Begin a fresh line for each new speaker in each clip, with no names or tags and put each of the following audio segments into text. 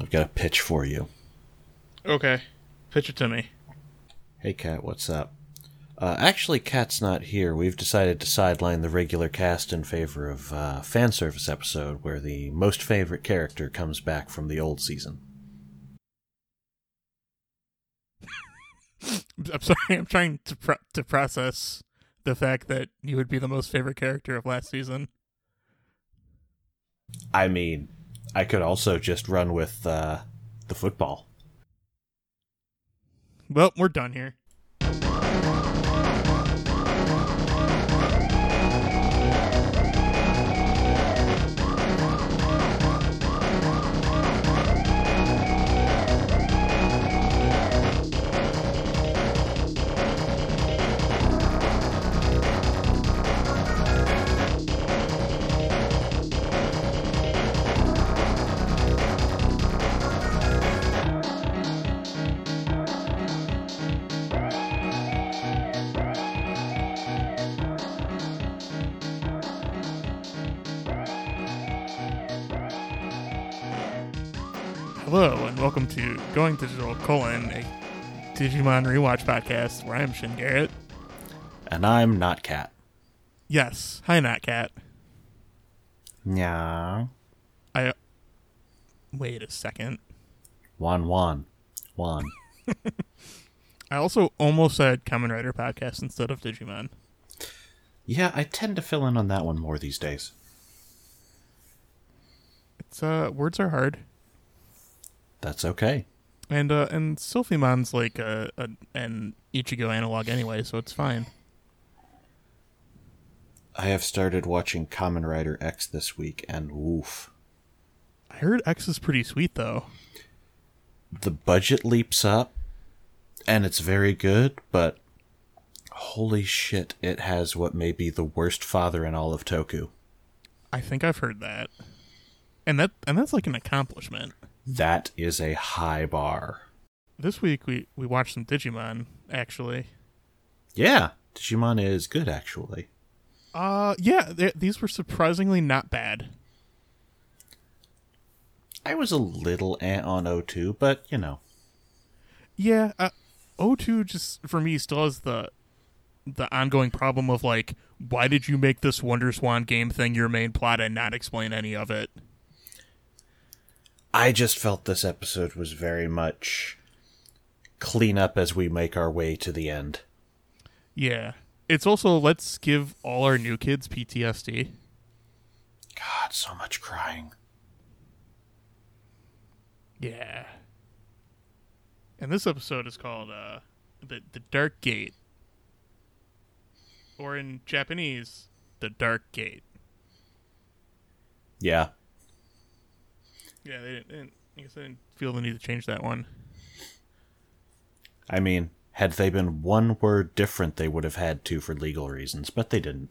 I've got a pitch for you.
Okay. Pitch it to me.
Hey, Kat, what's up? Uh, actually, Kat's not here. We've decided to sideline the regular cast in favor of uh, fan service episode where the most favorite character comes back from the old season.
I'm sorry. I'm trying to pro- to process the fact that you would be the most favorite character of last season.
I mean, I could also just run with uh, the football.
Well, we're done here. Hello and welcome to Going Digital colon a Digimon rewatch podcast where I'm Shin Garrett.
And I'm not Kat.
Yes, hi Cat.
Yeah.
I wait a second.
Juan Juan. Juan.
I also almost said Common Rider podcast instead of Digimon.
yeah, I tend to fill in on that one more these days.
It's uh words are hard.
That's okay.
And uh and Sylphimon's like a, a an Ichigo analog anyway, so it's fine.
I have started watching Common Rider X this week, and woof.
I heard X is pretty sweet though.
the budget leaps up and it's very good, but holy shit, it has what may be the worst father in all of Toku.
I think I've heard that. And that and that's like an accomplishment.
That is a high bar.
This week we we watched some Digimon actually.
Yeah, Digimon is good actually.
Uh yeah, th- these were surprisingly not bad.
I was a little eh on O2, but you know,
Yeah, uh, O2 just for me still has the the ongoing problem of like why did you make this Wonder Swan game thing your main plot and not explain any of it?
I just felt this episode was very much clean up as we make our way to the end.
Yeah. It's also let's give all our new kids PTSD.
God, so much crying.
Yeah. And this episode is called uh the the Dark Gate. Or in Japanese, the Dark Gate.
Yeah.
Yeah, they didn't, they didn't I guess they didn't feel the need to change that one.
I mean, had they been one word different, they would have had to for legal reasons, but they didn't.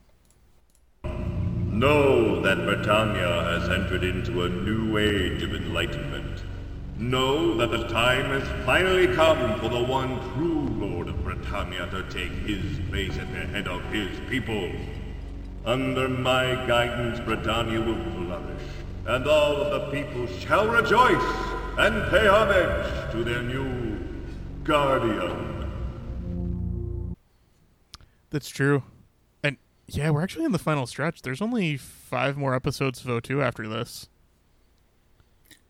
Know that Britannia has entered into a new age of enlightenment. Know that the time has finally come for the one true Lord of Britannia to take his place at the head of his people. Under my guidance, Britannia will flourish, and all of the people shall rejoice and pay homage to their new guardian.
That's true. And yeah, we're actually in the final stretch. There's only five more episodes of O2 after this.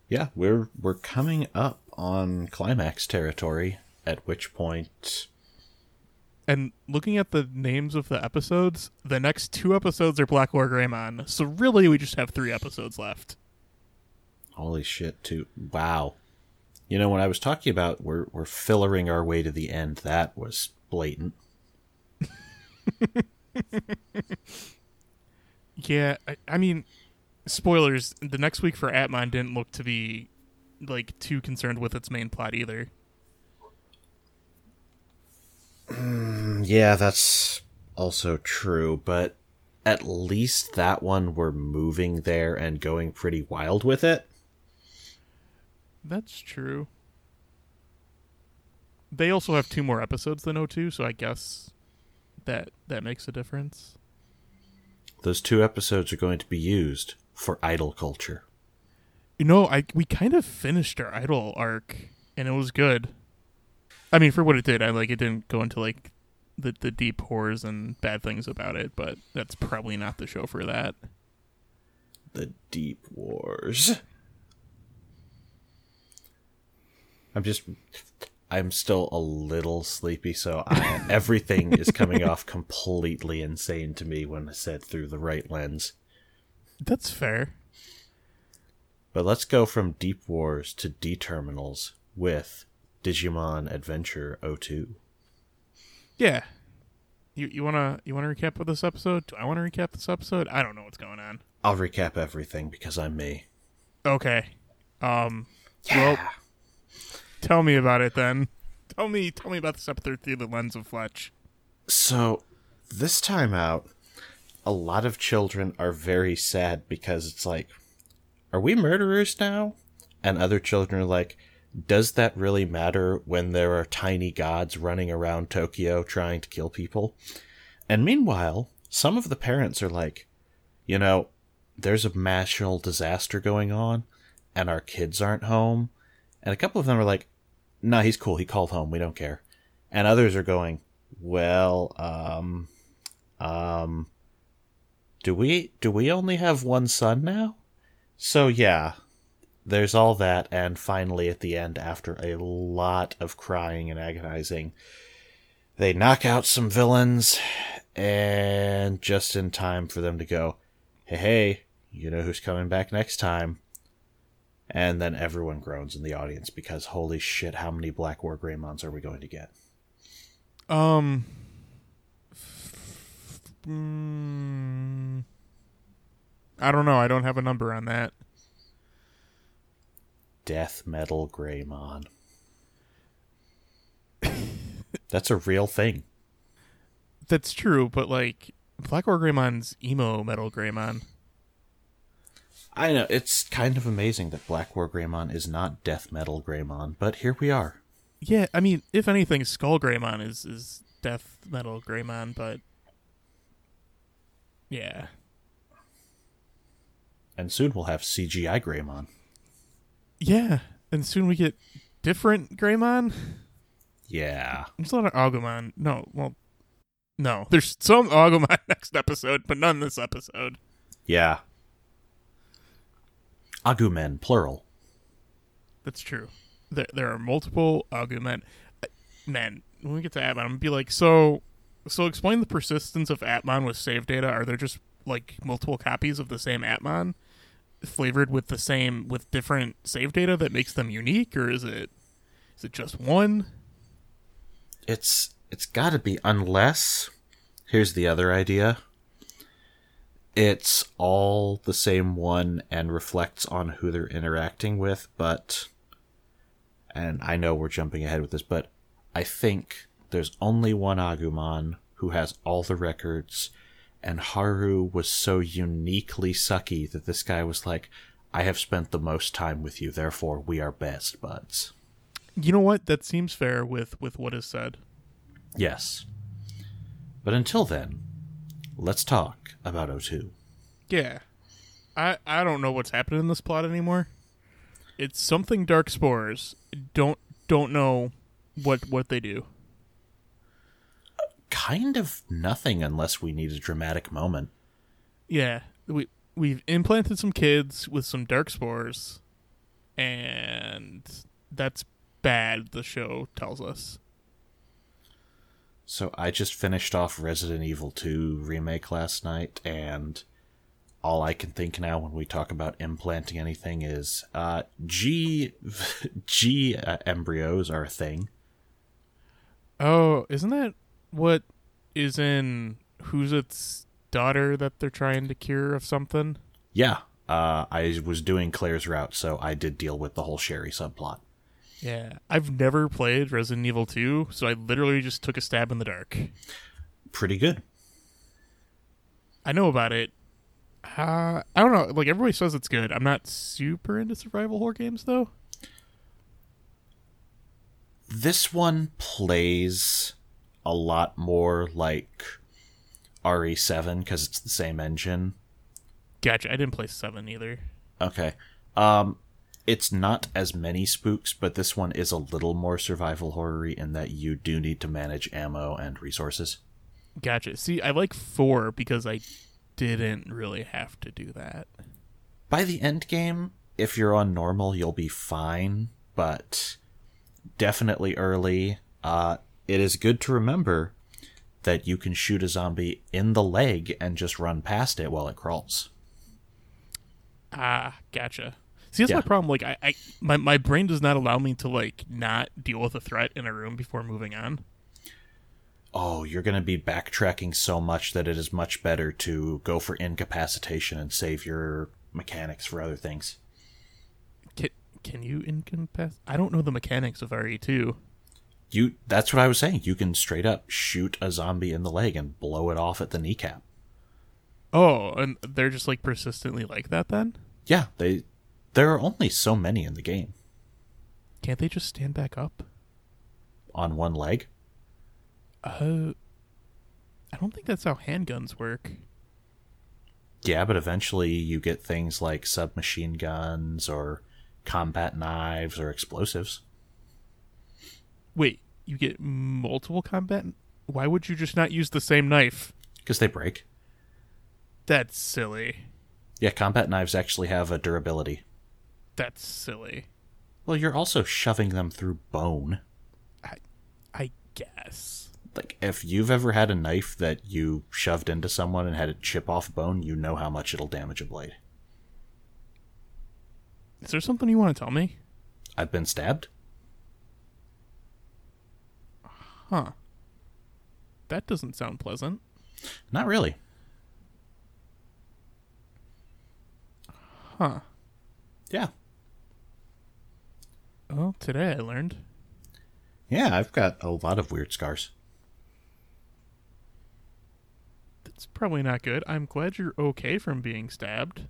Yeah, we're we're coming up on climax territory, at which point
And looking at the names of the episodes, the next two episodes are Black War Greymon. So really, we just have three episodes left.
holy shit too wow. You know, when I was talking about we're we're fillering our way to the end, that was blatant.
Yeah, I, I mean, spoilers. The next week for Atmon didn't look to be like too concerned with its main plot either.
Yeah, that's also true, but at least that one we're moving there and going pretty wild with it.
That's true. They also have two more episodes than O2, so I guess that that makes a difference.
Those two episodes are going to be used for idol culture.
You know, I we kind of finished our idol arc, and it was good. I mean, for what it did, I like it didn't go into like the the deep horrors and bad things about it, but that's probably not the show for that.
The Deep Wars. I'm just. I'm still a little sleepy, so I, everything is coming off completely insane to me when I said through the right lens.
That's fair.
But let's go from Deep Wars to D Terminals with Digimon Adventure 02.
Yeah. You you wanna you wanna recap with this episode? Do I wanna recap this episode? I don't know what's going on.
I'll recap everything because I'm me.
Okay. Um well tell me about it then. Tell me tell me about this episode through the lens of Fletch.
So, this time out, a lot of children are very sad because it's like, are we murderers now? And other children are like, does that really matter when there are tiny gods running around Tokyo trying to kill people? And meanwhile, some of the parents are like, you know, there's a national disaster going on and our kids aren't home. And a couple of them are like, nah, he's cool. He called home. We don't care. And others are going, well, um, um, do we, do we only have one son now? So yeah, there's all that. And finally, at the end, after a lot of crying and agonizing, they knock out some villains and just in time for them to go, hey, hey, you know who's coming back next time? And then everyone groans in the audience because holy shit, how many Black War Greymons are we going to get?
Um mm, I don't know, I don't have a number on that.
Death Metal Greymon. That's a real thing.
That's true, but like Black War Greymon's emo metal Greymon.
I know, it's kind of amazing that Black War Greymon is not Death Metal Greymon, but here we are.
Yeah, I mean, if anything, Skull Greymon is is death metal Greymon, but yeah,
And soon we'll have CGI Greymon.
yeah. And soon we get different Greymon.
Yeah.
There's a lot of Agumon. No, well, no. There's some Agumon next episode, but none this episode.
Yeah. Agumen, plural.
That's true. There, there are multiple Agumon. Uh, Man, when we get to Atmon, I'm gonna be like, so, so explain the persistence of Atmon with save data. Are there just like multiple copies of the same Atmon, flavored with the same with different save data that makes them unique, or is it is it just one?
It's it's got to be unless here's the other idea. It's all the same one and reflects on who they're interacting with, but and I know we're jumping ahead with this, but I think there's only one Agumon who has all the records and Haru was so uniquely sucky that this guy was like, I have spent the most time with you, therefore we are best buds.
You know what? That seems fair with with what is said.
Yes. But until then, let's talk about O2.
Yeah. I I don't know what's happening in this plot anymore. It's something dark spores. Don't don't know what what they do.
Kind of nothing unless we need a dramatic moment.
Yeah. We we've implanted some kids with some dark spores and that's bad the show tells us.
So I just finished off Resident Evil 2 remake last night, and all I can think now when we talk about implanting anything is uh, G G uh, embryos are a thing.
Oh, isn't that what is in who's its daughter that they're trying to cure of something?
Yeah, uh, I was doing Claire's route, so I did deal with the whole Sherry subplot.
Yeah. I've never played Resident Evil 2, so I literally just took a stab in the dark.
Pretty good.
I know about it. Uh, I don't know. Like everybody says it's good. I'm not super into survival horror games though.
this one plays a lot more like E RE7 because it's the same engine.
Gotcha. I didn't play seven either.
Okay. Um, it's not as many spooks, but this one is a little more survival horror in that you do need to manage ammo and resources.
Gotcha. See, I like four because I didn't really have to do that.
By the end game, if you're on normal, you'll be fine, but definitely early. Uh, it is good to remember that you can shoot a zombie in the leg and just run past it while it crawls.
Ah, gotcha. See, that's
Yeah.
my problem. Like, I, I my, my brain does not allow me to like not deal with a threat in a room before moving on.
Oh, you're going to be backtracking so much that it is much better to go for incapacitation and save your mechanics for other things.
Can, can you incapac? I don't know the mechanics of E RE2.
You that's what I was saying. You can straight up shoot a zombie in the leg and blow it off at the kneecap.
Oh, and they're just like persistently like that. Then
Yeah, they there are only so many in the game.
can't they just stand back up?
On one leg?
Uh, I don't think that's how handguns work.
Yeah, but eventually you get things like submachine guns or combat knives or explosives.
Wait, you get multiple combat? Why would you just not use the same knife?
Because they break.
That's silly.
Yeah, combat knives actually have a durability.
That's silly.
Well, you're also shoving them through bone.
I, I guess.
Like, if you've ever had a knife that you shoved into someone and had it chip off bone, you know how much it'll damage a blade.
Is there something you want to tell me?
I've been stabbed?
Huh. That doesn't sound pleasant.
Not really.
Huh.
Yeah.
Well, today I learned.
Yeah, I've got a lot of weird scars.
That's probably not good. I'm glad you're okay from being stabbed.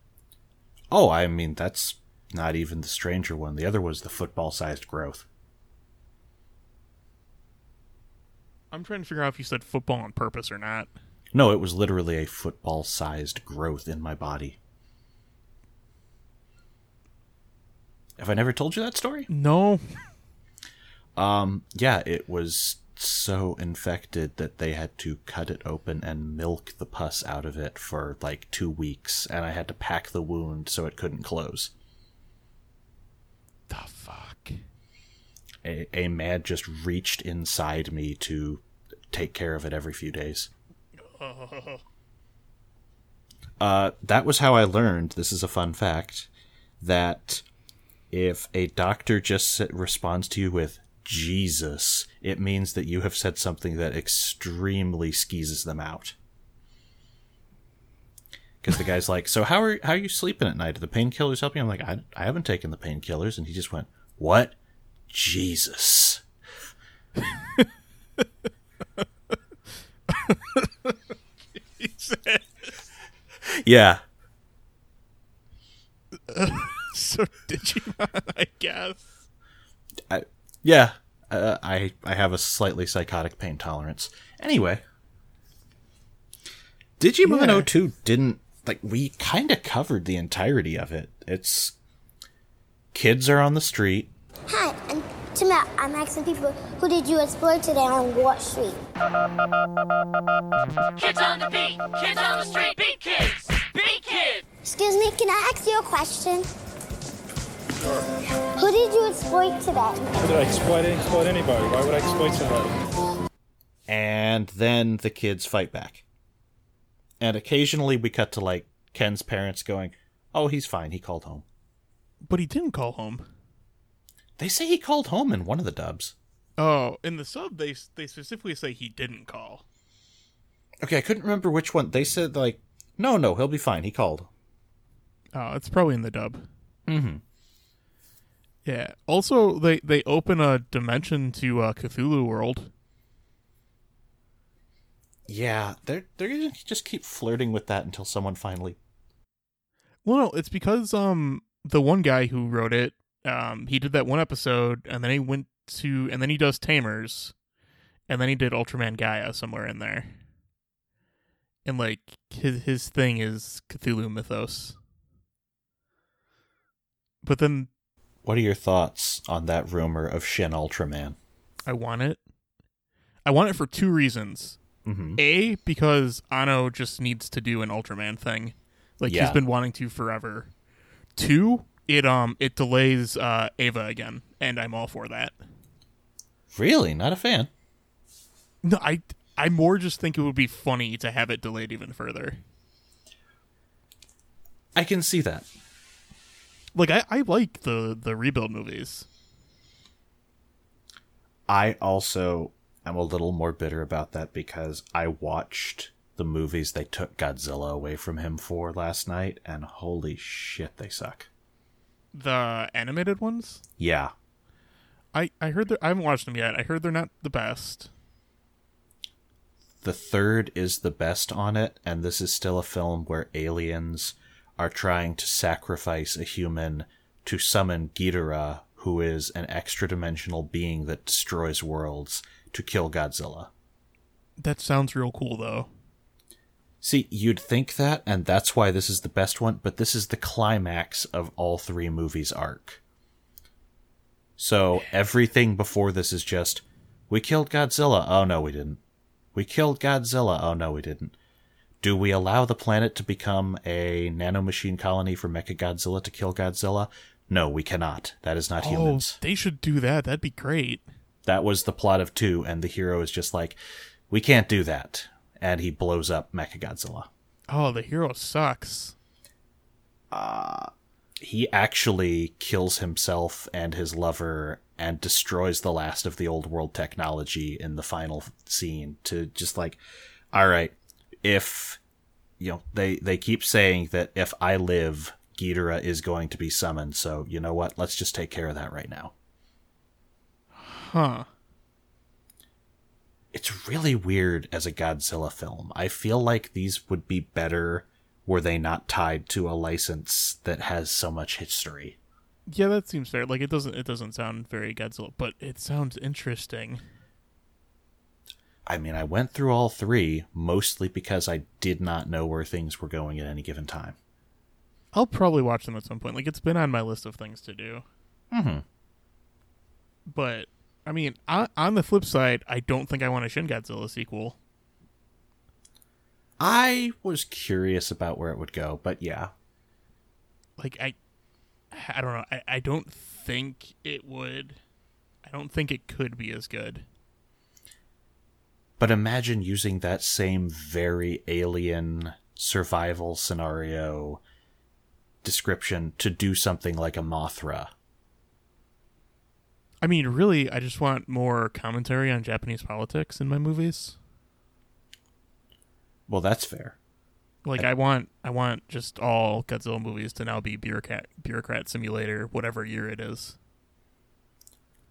Oh, I mean, that's not even the stranger one. The other was the football sized growth.
I'm trying to figure out if you said football on purpose or not.
No, it was literally a football sized growth in my body. Have I never told you that story?
No.
Um, yeah, it was so infected that they had to cut it open and milk the pus out of it for like two weeks, and I had to pack the wound so it couldn't close.
The fuck.
A, a mad just reached inside me to take care of it every few days. Uh, that was how I learned. This is a fun fact that if a doctor just s- responds to you with Jesus, it means that you have said something that extremely skeezes them out. Because the guy's like, "So how are how are you sleeping at night? Do the painkillers help you?" I'm like, "I I haven't taken the painkillers," and he just went, "What, Jesus?" Yeah,
so Digimon, I guess.
I, yeah, uh, I I have a slightly psychotic pain tolerance. Anyway, Digimon
Yeah.
02 didn't like we kind of covered the entirety of it. It's kids are on the street.
Hi, I'm Tim. out. I'm asking people who did you explore today on Wall Street?
Kids on the beat, kids on the street, beat kids, beat kids.
Excuse me, can I ask you a question? Who did you exploit today?
Why would I exploit, exploit anybody? Why would I exploit somebody?
and then the kids fight back. And occasionally we cut to like Ken's parents going, "Oh, he's fine. He called home."
But he didn't call home.
They say he called home in one of the dubs.
Oh, in the sub, they they specifically say he didn't call.
Okay, I couldn't remember which one. They said like, "No, no, he'll be fine. He called."
Oh, it's probably in the dub. Mm-hmm. Yeah. Also, they they open a dimension to uh, Cthulhu World.
Yeah, they're they're gonna just keep flirting with that until someone finally.
Well, no, it's because um the one guy who wrote it, um he did that one episode, and then he went to, and then he does Tamers, and then he did Ultraman Gaia somewhere in there. And like his his thing is Cthulhu mythos. But then
What are your thoughts on that rumor of Shin Ultraman?
I want it. I want it for two reasons.
Mm-hmm.
A, because Ano just needs to do an Ultraman thing. Like
Yeah.
he's been wanting to forever. Two, it um it delays uh Ava again, and I'm all for that.
Really, not a fan.
No, I I more just think it would be funny to have it delayed even further.
I can see that.
Like I, I like the the rebuild movies.
I also am a little more bitter about that because I watched the movies they took Godzilla away from him for last night, and holy shit, they suck.
The animated ones?
Yeah.
I I heard they're I haven't watched them yet. I heard they're not the best.
The third is the best on it, and this is still a film where aliens are trying to sacrifice a human to summon Ghidorah, who is an extra dimensional being that destroys worlds, to kill Godzilla.
That sounds real cool though.
See, you'd think that, and that's why this is the best one, but this is the climax of all three movies' arc. So everything before this is just we killed Godzilla. Oh, no, we didn't. We killed Godzilla. Oh, no, we didn't. Do we allow the planet to become a nanomachine colony for Mechagodzilla to kill Godzilla? No, we cannot. That is not humans.
Oh, they should do that. That'd be great.
That was the plot of 2, and the hero is just like, we can't do that. And he blows up Mechagodzilla.
Oh, the hero sucks.
he actually kills himself and his lover and destroys the last of the old world technology in the final scene to just like all right if you know they they keep saying that if i live Ghidorah is going to be summoned so you know what let's just take care of that right now
Huh.
it's really weird as a Godzilla film. I feel like these would be better were they not tied to a license that has so much history.
Yeah, that seems fair. Like it doesn't it doesn't sound very Godzilla, but it sounds interesting.
I mean, I went through all three mostly because I did not know where things were going at any given time.
I'll probably watch them at some point. Like it's been on my list of things to do. Mm-hmm. But I mean, on, on the flip side, I don't think I want a Shin Godzilla sequel.
I was curious about where it would go, but yeah.
Like I, I don't know. I, I don't think it would. I don't think it could be as good.
But imagine using that same very alien survival scenario description to do something like a Mothra.
I mean, really, I just want more commentary on Japanese politics in my movies.
Well, that's fair.
Like I want, I want just all Godzilla movies to now be bureaucrat, bureaucrat simulator, whatever year it is.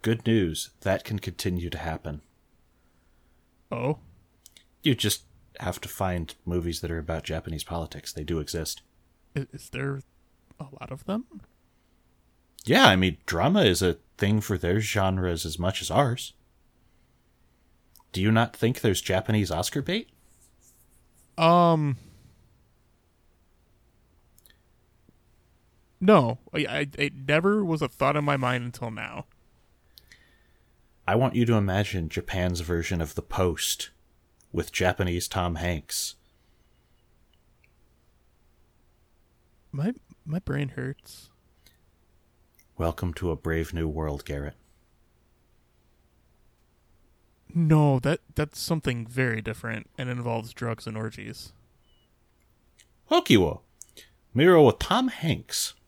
Good news. That can continue to happen.
Oh,
You just have to find movies that are about Japanese politics. They do exist.
is, is there a lot of them?
Yeah, I mean, drama is a thing for their genres as much as ours. Do you not think there's Japanese Oscar bait?
Um, no, I, I it never was a thought in my mind until now.
I want you to imagine Japan's version of The Post with Japanese Tom Hanks.
My my brain hurts.
Welcome to a brave new world, Garrett.
No, that that's something very different and involves drugs and orgies.
Hokiwo! Miro with Tom Hanks.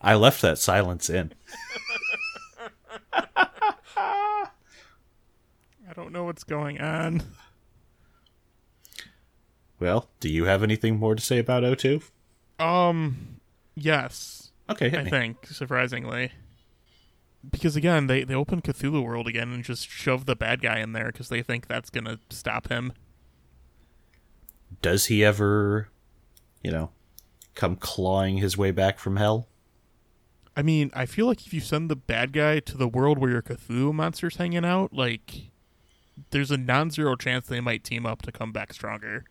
I left that silence in.
I don't know what's going on.
Well, do you have anything more to say about O2?
Um, yes.
Okay, hit
I
me.
think, surprisingly. Because again, they, they open Cthulhu World again and just shove the bad guy in there because they think that's going to stop him.
Does he ever, you know, come clawing his way back from hell?
I mean, I feel like if you send the bad guy to the world where your Cthulhu monster's hanging out, like, there's a non-zero chance they might team up to come back stronger.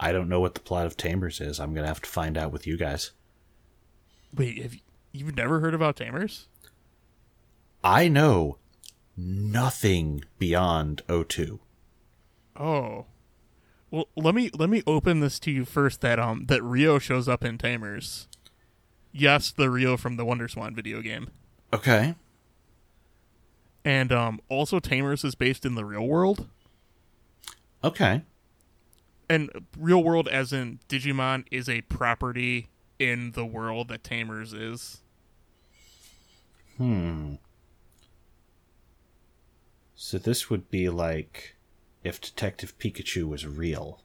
I don't know what the plot of Tamers is. I'm going to have to find out with you guys.
Wait, have you, you've never heard about Tamers?
I know nothing beyond O2.
Oh. Well, let me let me open this to you first that um that Rio shows up in Tamers. Yes, the Rio from the Wonder Swan video game.
Okay.
And um also Tamers is based in the real world.
Okay.
And real world as in Digimon is a property in the world that Tamers is.
So this would be like if Detective Pikachu was real.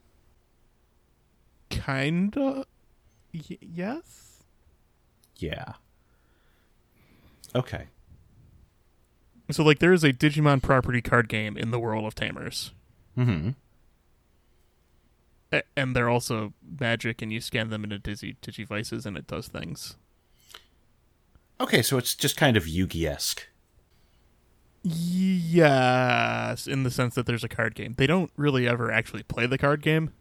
Kinda y- yes.
Yeah. Okay.
So like there is a Digimon property card game in the world of Tamers.
Mhm.
A- and they're also magic and you scan them into dizzy digivices and it does things.
Okay, so it's just kind of Yugi esque.
Yes, in the sense that there's a card game. They don't really ever actually play the card game.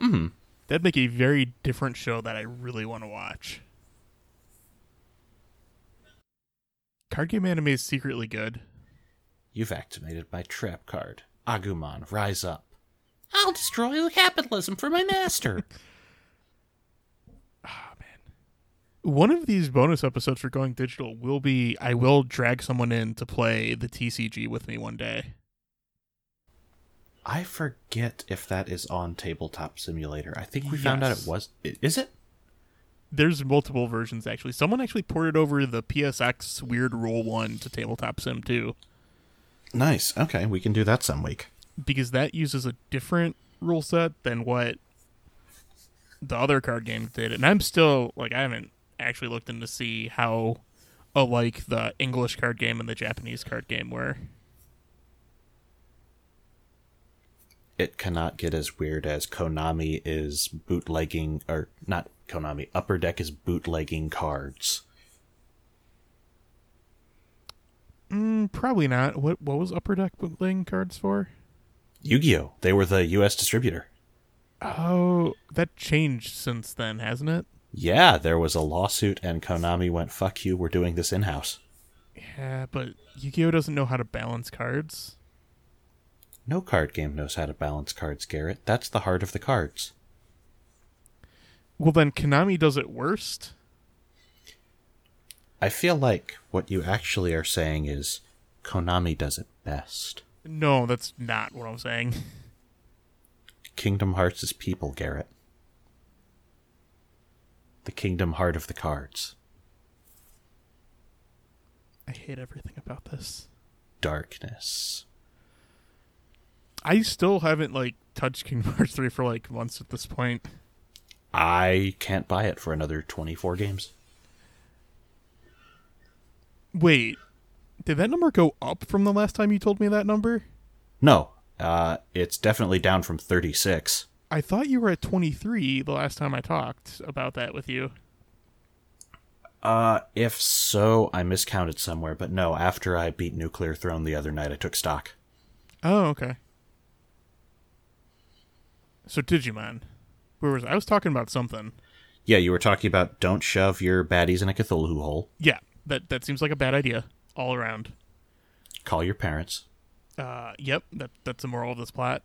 Mm. That'd make a very different show that I really want to watch. Card game anime is secretly good.
You've activated my trap card. Agumon, rise up. I'll destroy capitalism for my master.
Ah, One of these bonus episodes for Going Digital will be I will drag someone in to play the TCG with me one day.
I forget if that is on Tabletop Simulator. I think we found out
Yes.
it was. i- Is it?
There's multiple versions actually. Someone actually ported over the PSX Weird Roll 1 to Tabletop Sim 2.
Nice. Okay, we can do that some week.
because that uses a different rule set than what the other card game did. And I'm still like I haven't actually looked in to see how alike the English card game and the Japanese card game were.
It cannot get as weird as Konami is bootlegging, or not Konami, Upper Deck is bootlegging cards.
Mm, Probably not. What what was Upper Deck bootlegging cards for?
Yu Gi Oh! They were the US distributor.
Oh, that changed since then, hasn't it?
Yeah, there was a lawsuit, and Konami went, fuck you, we're doing this in house.
Yeah, but Yu-Gi-Oh doesn't know how to balance cards.
No card game knows how to balance cards, Garrett. That's the heart of the cards.
Well, then Konami does it worst.
I feel like what you actually are saying is Konami does it best.
No, that's not what I'm saying.
Kingdom Hearts is people, Garrett. The kingdom heart of the cards.
I hate everything about this.
Darkness.
I still haven't like touched Kingdom Hearts three for like months at this point.
I can't buy it for another 24 games.
Wait, did that number go up from the last time you told me that number?
No, uh, it's definitely down from 36.
I thought you were at twenty three the last time I talked about that with you.
Uh, if so, I miscounted somewhere, but no, after I beat Nuclear Throne the other night, I took stock.
Oh, okay. So Digimon, where was I? I was talking about something.
Yeah, you were talking about don't shove your baddies in a Cthulhu hole.
Yeah, that that seems like a bad idea all around.
Call your parents.
Uh, yep, that that's the moral of this plot.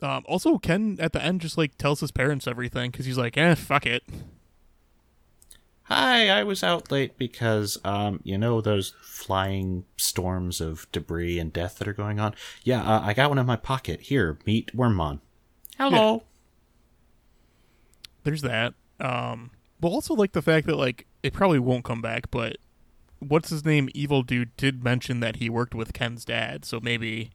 Um, also, Ken at the end just like tells his parents everything because he's like, eh, fuck it.
Hi, I was out late because, um, you know those flying storms of debris and death that are going on? Yeah, uh, I got one in my pocket. Here, meet Wormmon. Hello.
there's that. Um, but also like the fact that like it probably won't come back, but what's his name? Evil dude did mention that he worked with Ken's dad, so maybe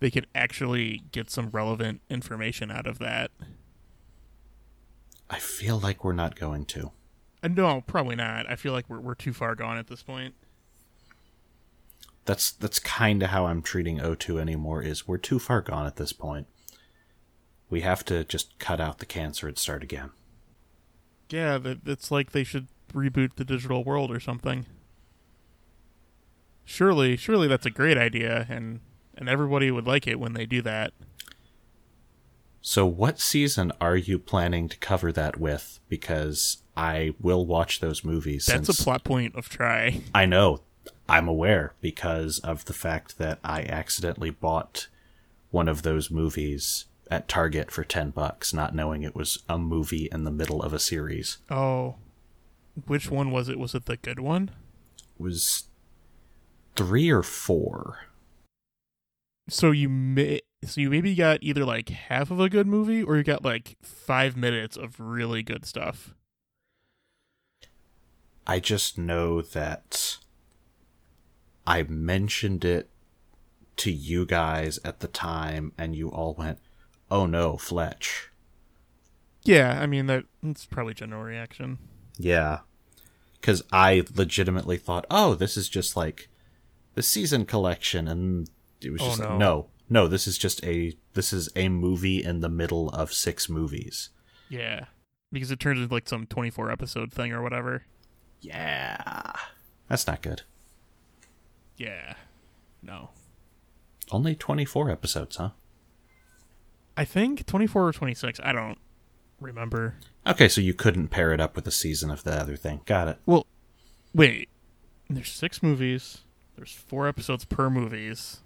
they could actually get some relevant information out of that.
I feel like we're not going to.
And Uh, no, probably not. I feel like we're we're too far gone at this point.
That's that's kind of how I'm treating O2 anymore. Is we're too far gone at this point. We have to just cut out the cancer and start again.
Yeah, that it's like they should reboot the digital world or something. surely, surely that's a great idea, and and everybody would like it when they do that.
So, what season are you planning to cover that with? Because I will watch those movies.
That's
since
a plot point of try.
I know. I'm aware because of the fact that I accidentally bought one of those movies at Target for 10 bucks, not knowing it was a movie in the middle of a series.
Oh, which one was it? Was it the good one?
It was three or four.
So you may, so you maybe got either like half of a good movie, or you got like five minutes of really good stuff.
I just know that I mentioned it to you guys at the time, and you all went, oh no, Fletch.
Yeah, I mean that that's probably general reaction.
Yeah. Because I legitimately thought, oh, this is just like the season collection. And it was
Oh,
just
no.
like, no, no, this is just a, this is a movie in the middle of six movies.
Yeah, because it turns into like some twenty-four episode thing or whatever.
Yeah. That's not good.
Yeah, no,
Only 24 episodes, huh?
I think twenty-four or twenty-six. I don't remember.
Okay, so you couldn't pair it up with a season of the other thing. Got it.
Well, wait. There's six movies. There's four episodes per movies.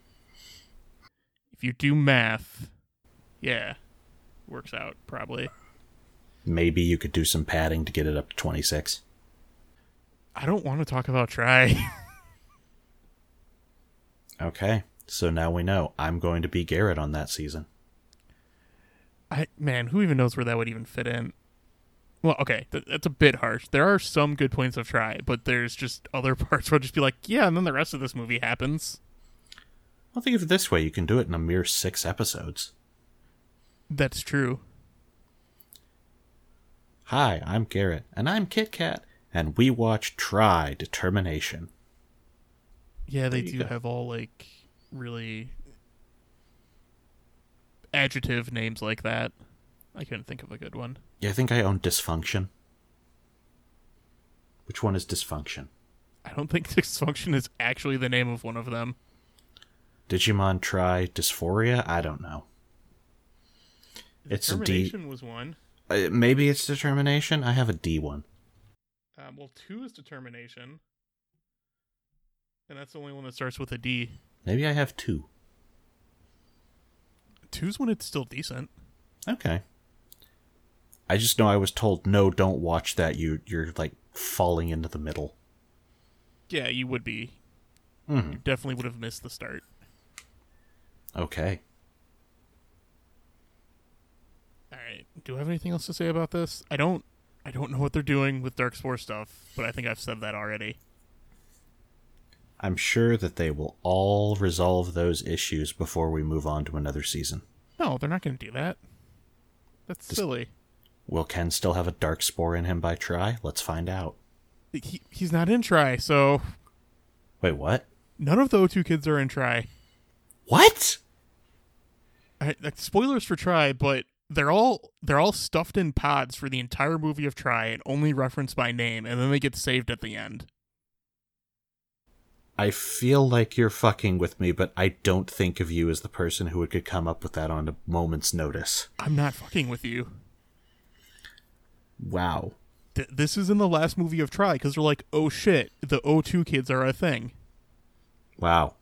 If you do math, yeah, works out probably.
Maybe you could do some padding to get it up to 26.
I don't want to talk about try.
Okay, so now we know. I'm going to be Garrett on that season.
I man, who even knows where that would even fit in? Well, okay, th- that's a bit harsh. There are some good points of try, but there's just other parts where I'll just be like, yeah, and then the rest of this movie happens.
Well, think of it this way you can do it in a mere six episodes.
That's true.
Hi, I'm Garrett, and I'm Kit Kat, and we watch Try Determination.
Yeah, they
There you
do
go.
have all like really adjective names like that. I couldn't think of a good one.
Yeah, I think I own Dysfunction. Which one is Dysfunction?
I don't think dysfunction is actually the name of one of them.
Digimon Try Dysphoria? I don't know. It's a D.
determination was one.
Uh, maybe it's Determination? I have a D one.
Um, well, two is determination, and that's the only one that starts with a D.
Maybe I have two.
Two's when it's still decent.
Okay. I just know I was told no, don't watch that. You you're like falling into the middle.
Yeah, you would be.
Mm-hmm.
You definitely would have missed the start.
Okay.
All right. Do I have anything else to say about this? I don't. I don't know what they're doing with Dark Spore stuff, but I think I've said that already.
I'm sure that they will all resolve those issues before we move on to another season.
No, they're not going to do that. That's silly.
Will Ken still have a dark spore in him by try? Let's find out.
He, he's not in try, so
Wait, what?
none of the O2 kids are in try.
What?
I, like, spoilers for try, but they're all they're all stuffed in pods for the entire movie of try and only referenced by name, and then they get saved at the end.
I feel like you're fucking with me, but I don't think of you as the person who could come up with that on a moment's notice.
I'm not fucking with you.
Wow.
Th- this is in the last movie of try because they're like, oh shit, the O2 kids are a thing.
Wow.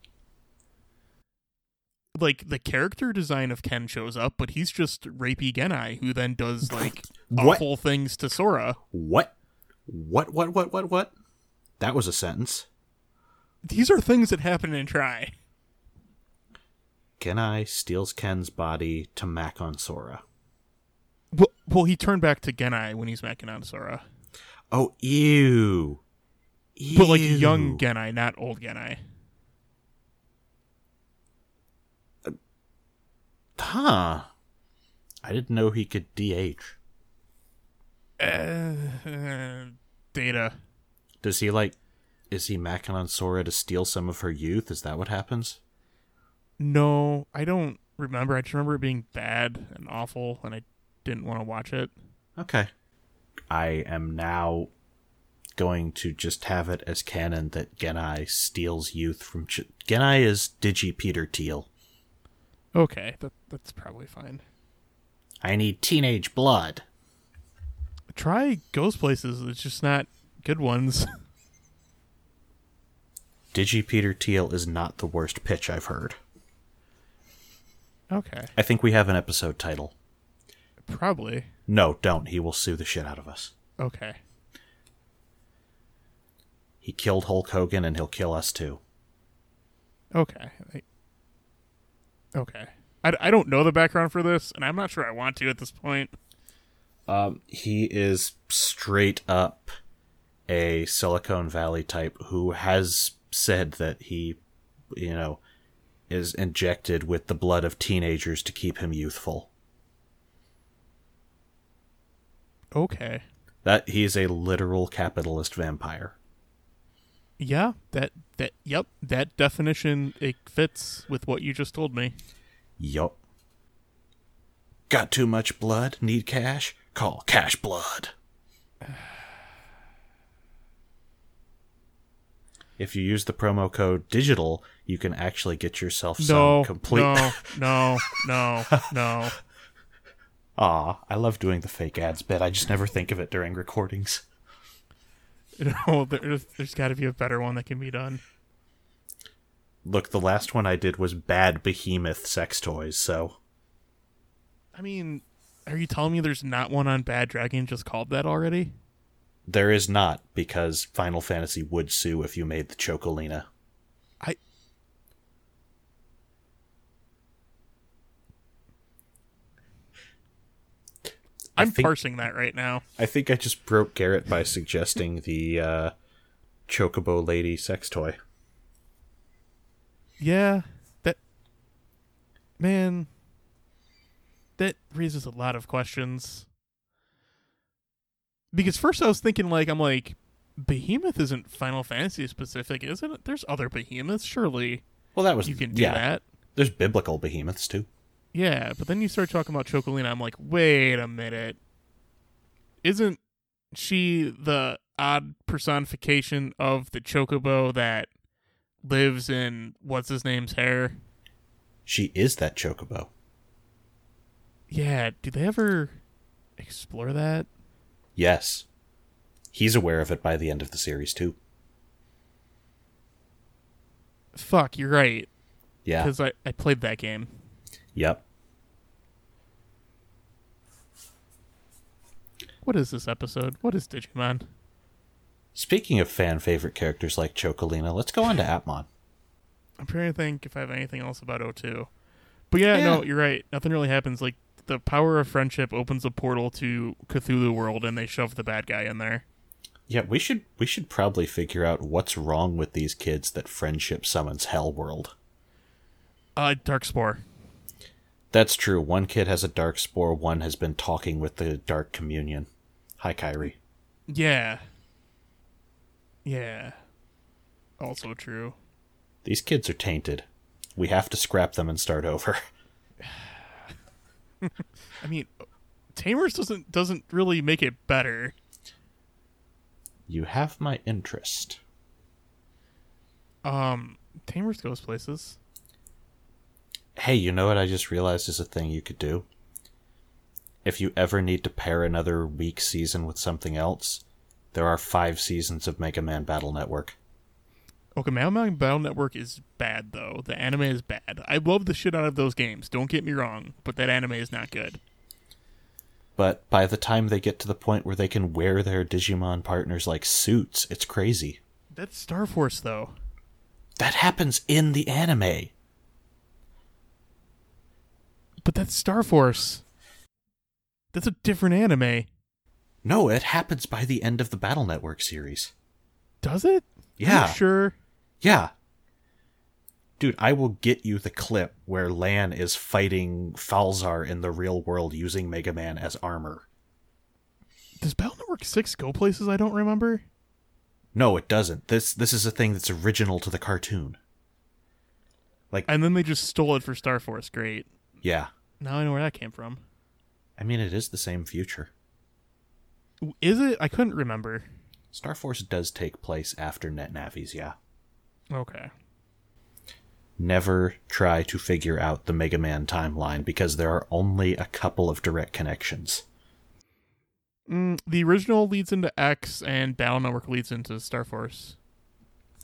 like the character design of Ken shows up, but he's just rapey Genai who then does like
What?
awful things to Sora.
What? What, what, what, what, what? That was a sentence.
These are things that happen in Try.
Genai steals Ken's body to Mac on Sora.
Well, well, he turned back to Genai when he's macking on Sora,
Oh, ew. ew.
but like young Genai, not old Genai.
Huh. I didn't know he could DH.
Uh, Data.
Does he like? Is he macking on Sora to steal some of her youth? Is that what happens?
No, I don't remember. I just remember it being bad and awful, and I didn't want to watch it.
Okay. I am now going to just have it as canon that Genai steals youth from. Ch- Genai is Digi Peter Teal.
Okay, that that's probably fine.
I need teenage blood.
Try ghost places. It's just not good ones.
Digi Peter Teal is not the worst pitch I've heard.
okay,
I think we have an episode title.
probably.
No, don't. He will sue the shit out of us.
Okay.
He killed Hulk Hogan and he'll kill us too.
Okay. I- Okay. I, I don't know the background for this, and I'm not sure I want to at this point.
Um, He is straight up a Silicon Valley type who has said that he, you know, is injected with the blood of teenagers to keep him youthful.
Okay.
That he is a literal capitalist vampire.
Yeah, that that yep, that definition it fits with what you just told me.
Yup. Got too much blood? Need cash? Call Cash Blood. If you use the promo code digital, you can actually get yourself
no,
some complete.
no, no, no, no.
Aw, I love doing the fake ads bit. I just never think of it during recordings.
No, there's there's got to be a better one that can be done.
Look, the last one I did was bad behemoth sex toys, so
I mean, are you telling me there's not one on Bad Dragon just called that already?
there is not because Final Fantasy would sue if you made the Chocolina.
I I'm
think-
parsing that right now.
I think I just broke Garrett by suggesting the uh, Chocobo Lady sex toy.
Yeah, that man that raises a lot of questions. Because first I was thinking like I'm like Behemoth isn't Final Fantasy specific, isn't it? There's other behemoths, surely
Well, that was
you can do
yeah,
that.
There's biblical behemoths too.
Yeah, but then you start talking about Chocolina, I'm like, wait a minute. Isn't she the odd personification of the chocobo that lives in what's his name's hair?
She is that Chocobo.
Yeah, do they ever explore that?
Yes, he's aware of it by the end of the series too.
Fuck, you're right.
Yeah.
Because I, I played that game.
Yep.
What is this episode? What is Digimon?
Speaking of fan favorite characters like Chocolina, let's go on to Atmon.
I'm trying to think if I have anything else about O2. But yeah, no,
Yeah.
you're right. Nothing really happens. Like, the power of friendship opens a portal to Cthulhu World, and they shove the bad guy in there.
Yeah, we should we should probably figure out what's wrong with these kids that friendship summons Hell World.
Uh, Dark Spore.
That's true. One kid has a dark spore. One has been talking with the dark communion. Hi, Kyrie.
Yeah. Yeah. Also true.
These kids are tainted. We have to scrap them and start over.
I mean, Tamers doesn't doesn't really make it better.
You have my interest.
Um, Tamers goes places.
Hey, you know what I just realized is a thing you could do? If you ever need to pair another weak season with something else, there are five seasons of Mega Man Battle Network.
Okay, Mad Mountain Battle Network is bad though. The anime is bad. I love the shit out of those games. Don't get me wrong, but that anime is not good.
But by the time they get to the point where they can wear their Digimon partners like suits, it's crazy.
That's Star Force though.
That happens in the anime.
But that's Star Force. That's a different anime.
No, it happens by the end of the Battle Network series.
Does it? You
Yeah.
sure.
Yeah. Dude, I will get you the clip where Lan is fighting Falzar in the real world using Mega Man as armor.
Does Battle Network Six go places I don't remember?
No, it doesn't. This this is a thing that's original to the cartoon. Like
And then they just stole it for Star Force. Great.
yeah.
Now I know where that came from.
I mean it is the same future.
Is it? I couldn't remember.
Star Force does take place after Net Navi's, yeah.
Okay.
Never try to figure out the Mega Man timeline because there are only a couple of direct connections.
Mm, the original leads into X, and Battle Network leads into Star Force.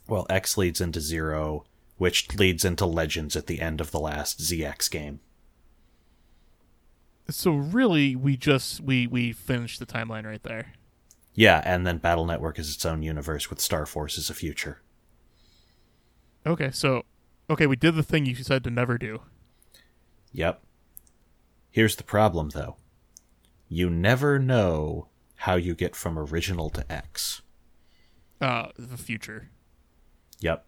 Well, X leads into Zero, which leads into Legends at the end of the last ZX game.
So really, we just we we finished the timeline right there.
Yeah, and then Battle Network is its own universe with Star Force as a future.
Okay, so okay, we did the thing you said to never do.
Yep. Here's the problem, though you never know how you get from original to X.
Uh, the future.
Yep.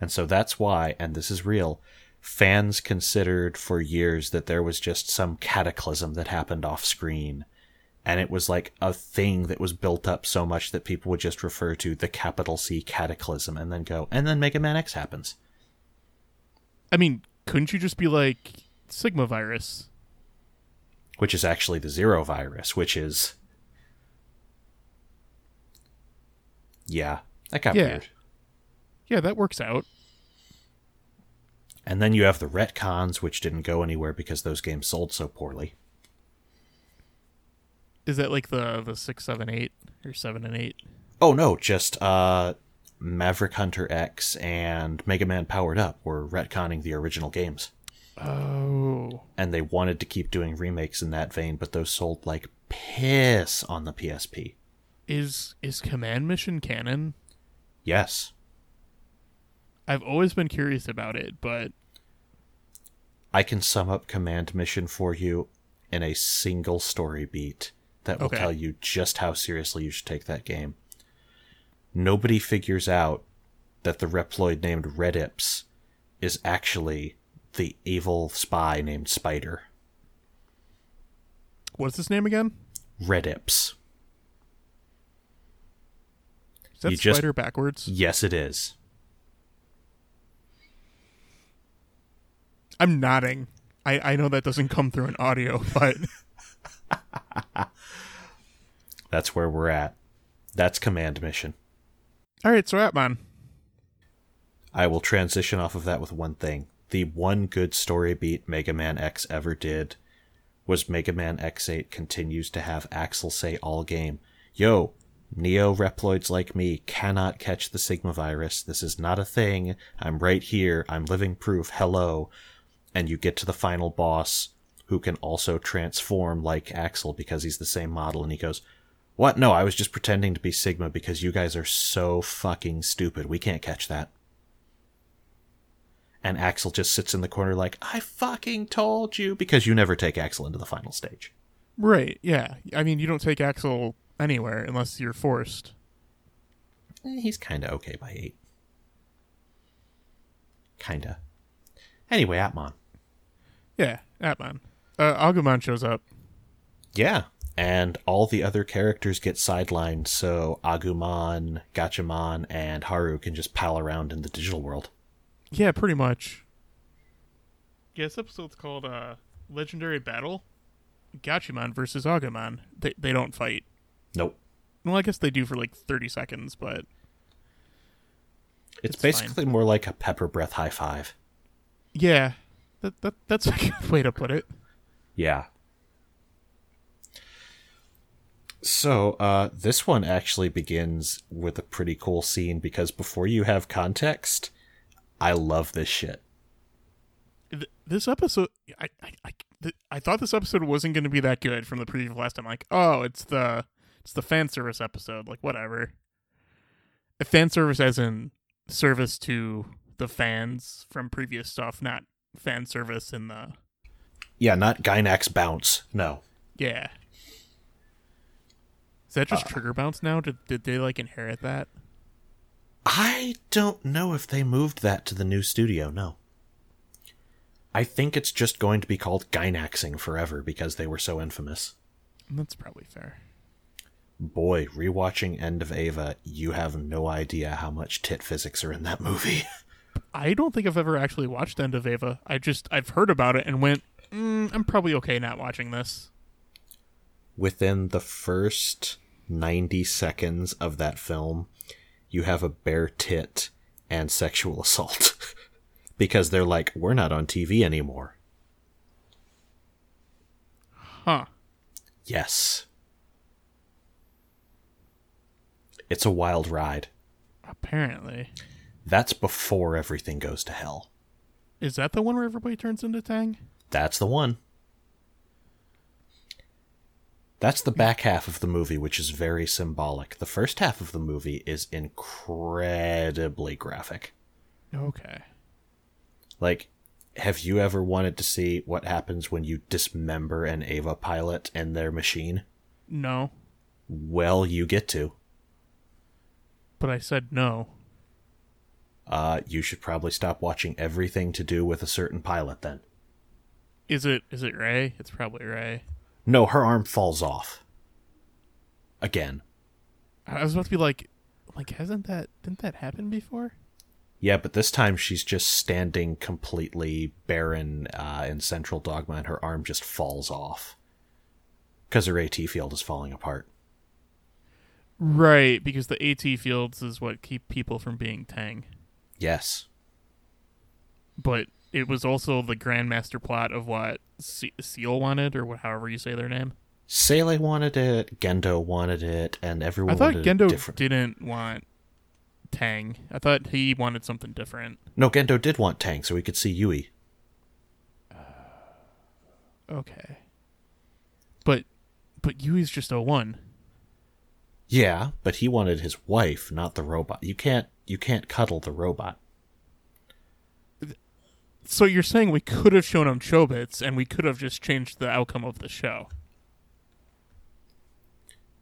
And so that's why, and this is real, fans considered for years that there was just some cataclysm that happened off screen. And it was like a thing that was built up so much that people would just refer to the capital C cataclysm and then go, and then Mega Man X happens.
I mean, couldn't you just be like Sigma virus?
which is actually the zero virus, which is yeah, that got
Yeah.
weird.
Yeah, that works out.
And then you have the retcons, which didn't go anywhere because those games sold so poorly.
Is that like the the six, seven, eight, or seven and eight?
Oh no, just uh, Maverick Hunter X and Mega Man Powered Up were retconning the original games,
Oh,
and they wanted to keep doing remakes in that vein, but those sold like piss on the PSP.
is is Command Mission canon?
Yes,
I've always been curious about it, but
I can sum up command mission for you in a single story beat that will
Okay.
tell you just how seriously you should take that game. Nobody figures out that the Reploid named Red Ips is actually the evil spy named Spider.
what's his name again?
Red Ips.
Is that
You just-
Spider backwards?
Yes, it is.
I'm nodding. I I know that doesn't come through in audio, but
That's where we're at. That's command mission.
all right. So Atman,
I will transition off of that with one thing. The one good story beat Mega Man X ever did was Mega Man X8 continues to have Axel say all game, Yo, Neo Reploids like me cannot catch the Sigma virus. This is not a thing. I'm right here. I'm living proof. Hello. And you get to the final boss who can also transform like Axel because he's the same model and he goes, What? No, I was just pretending to be Sigma because you guys are so fucking stupid. We can't catch that. And Axel just sits in the corner like, I fucking told you, because you never take Axel into the final stage.
right? Yeah. I mean, you don't take Axel anywhere unless you're forced.
Eh, He's kinda okay by eight. Kinda. Anyway, Atmon.
Yeah, Atman. Uh, Agumon shows up.
Yeah. And all the other characters get sidelined, so Agumon, Gachamon, and Haru can just pal around in the digital world.
Yeah, pretty much. Yeah, this episode's called uh, Legendary Battle Gachimon versus Agumon. They, they don't fight.
Nope.
Well, I guess they do for like 30 seconds, but
It's,
It's fine.
basically more like a pepper breath high five.
yeah, that, that that's a good way to put it.
Yeah. So, uh, this one actually begins with a pretty cool scene because before you have context, I love this shit.
Th- This episode, I, I, I, th- I thought this episode wasn't going to be that good from the preview of last time. Like, oh, it's the it's the fan service episode. Like, whatever. A fan service as in service to the fans from previous stuff, not fan service in the
Yeah, not Gynax bounce. No.
Yeah. Is that just trigger bounce now? Did, did they like inherit that?
I don't know if they moved that to the new studio, no. I think it's just going to be called Gynaxing forever because they were so infamous.
That's probably fair.
Boy, rewatching End of Ava, you have no idea how much tit physics are in that movie.
I don't think I've ever actually watched End of Ava. I just I've heard about it and went, mm, I'm probably okay not watching this.
within the first 90 seconds of that film, you have a bare tit and sexual assault. because they're like, we're not on TV anymore.
Huh.
Yes. It's a wild ride.
Apparently.
That's before everything goes to hell.
Is that the one where everybody turns into Tang?
That's the one. That's the back half of the movie, which is very symbolic. The first half of the movie is incredibly graphic.
Okay.
Like, have you ever wanted to see what happens when you dismember an Ava pilot and their machine?
No.
Well, you get to.
But I said no.
Uh, you should probably stop watching everything to do with a certain pilot then.
Is it is it Ray? It's probably Ray.
No, her arm falls off. Again.
I was about to be like like hasn't that didn't that happen before?
Yeah, but this time she's just standing completely barren uh, in Central Dogma, and her arm just falls off because her AT field is falling apart.
Right, because the AT fields is what keep people from being Tang.
Yes,
But it was also the grandmaster plot of what Se- Seal wanted, or what, however you say their name.
Sele wanted it, Gendo wanted it, and everyone.
I thought
wanted it
Gendo
different.
didn't want Tang. I thought he wanted something different.
No, Gendo did want Tang, so he could see Yui.
Okay. But but Yui's just a one.
Yeah, but he wanted his wife, not the robot. You can't, you can't cuddle the robot.
So you're saying we could have shown him Chobits and we could have just changed the outcome of the show.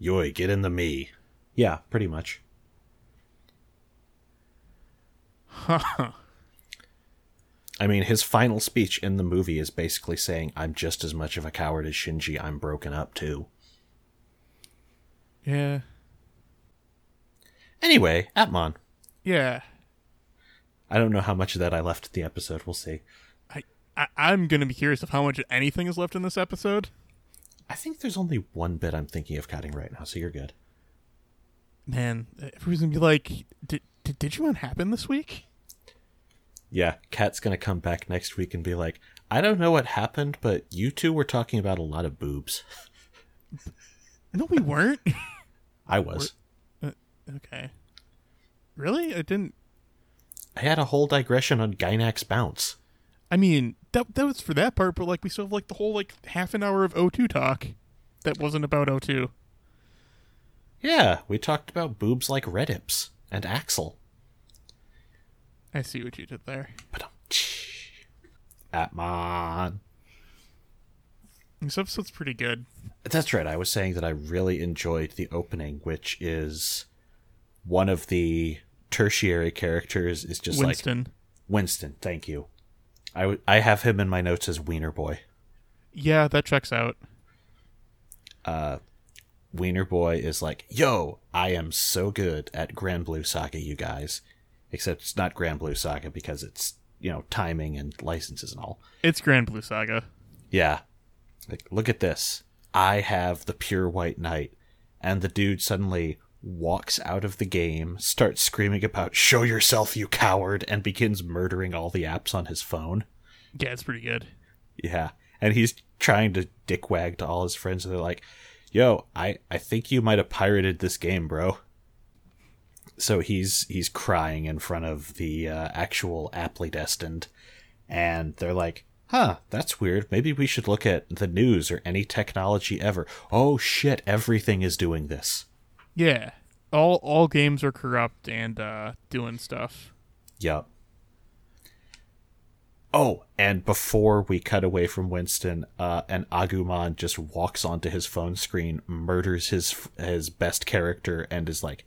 Yui, get in the me. Yeah, pretty much. I mean, his final speech in the movie is basically saying, I'm just as much of a coward as Shinji, I'm broken up too.
Yeah.
Anyway, Atmon.
Yeah.
I don't know how much of that I left at the episode, we'll see.
I, I I'm gonna be curious of how much anything is left in this episode.
I think there's only one bit I'm thinking of cutting right now, so you're good.
Man, everyone's gonna be like, did did Digimon happen this week?
Yeah, Kat's gonna come back next week and be like, I don't know what happened, but you two were talking about a lot of boobs.
No, we weren't.
I was.
okay. Really? I didn't.
I had a whole digression on Gynax Bounce.
I mean, that that was for that part, but like we still have like the whole like half an hour of O2 talk that wasn't about O2.
Yeah, we talked about boobs like Redips and Axel.
I see what you did there.
um, Atmon.
This episode's pretty good.
That's right. I was saying that I really enjoyed the opening, which is one of the tertiary characters is just like
Winston.
Winston. Thank you. I, w- I have him in my notes as Wiener Boy.
Yeah, that checks out.
Wiener Boy is like, yo, I am so good at Grand Blue Saga, you guys. Except it's not Grand Blue Saga because it's, you know, timing and licenses and all.
It's Grand Blue Saga.
Yeah. Like, look at this. I have the pure white knight. And the dude suddenly walks out of the game, starts screaming about, show yourself, you coward, and begins murdering all the apps on his phone.
Yeah, it's pretty good.
Yeah. And he's trying to dick wag to all his friends, and they're like, yo, I, I think you might have pirated this game, bro. So he's he's crying in front of the uh, actual aptly destined, and they're like, "Huh, that's weird. Maybe we should look at the news or any technology ever." Oh shit, everything is doing this.
Yeah. All all games are corrupt and uh doing stuff.
Yup. Oh, and before we cut away from Winston, uh, an Agumon just walks onto his phone screen, murders his his best character, and is like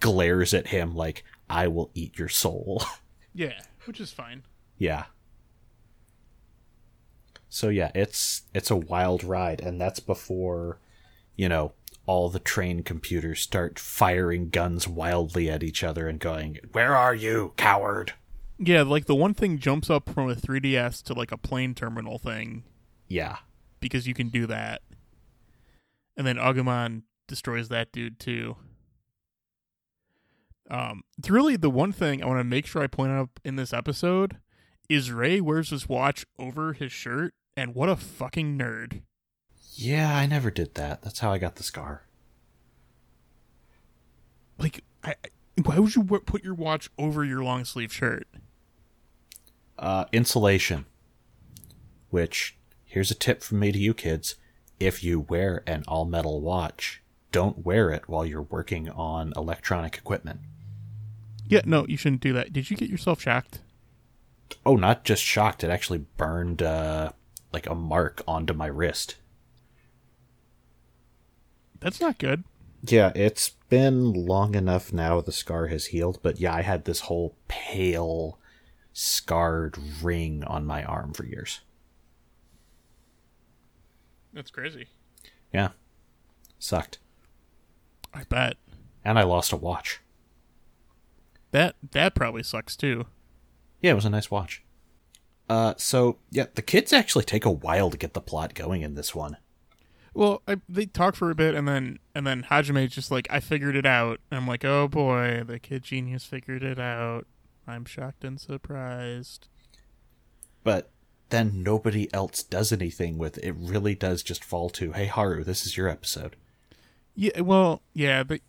glares at him like, "I will eat your soul."
Yeah, which is fine.
yeah. So yeah, it's it's a wild ride, and that's before, you know, all the train computers start firing guns wildly at each other and going, "Where are you, coward?"
Yeah, like the one thing jumps up from a 3DS to like a plane terminal thing
Yeah.
because you can do that. And then Agumon destroys that dude too. Um, it's really the one thing I want to make sure I point out in this episode is Ray wears his watch over his shirt, and what a fucking nerd.
Yeah, I never did that. That's how I got the scar.
Like, I, I- why would you w- put your watch over your long sleeve shirt?
Uh, insulation. Which, here's a tip from me to you kids. If you wear an all metal watch, don't wear it while you're working on electronic equipment.
Yeah, no, you shouldn't do that. Did you get yourself shocked?
Oh, not just shocked, it actually burned uh, like a mark onto my wrist.
That's not good.
Yeah, it's been long enough now the scar has healed, but yeah, I had this whole pale, scarred ring on my arm for years.
That's crazy.
Yeah. Sucked.
I bet
And I lost a watch.
that that probably sucks too.
Yeah, it was a nice watch. Uh, so yeah, the kids actually take a while to get the plot going in this one.
Well, I, they talk for a bit, and then and then Hajime's just like, "I figured it out." And I'm like, "Oh boy, the kid genius figured it out." I'm shocked and surprised.
But then nobody else does anything with it. It really does just fall to, hey Haru, this is your episode.
Yeah, well, yeah, but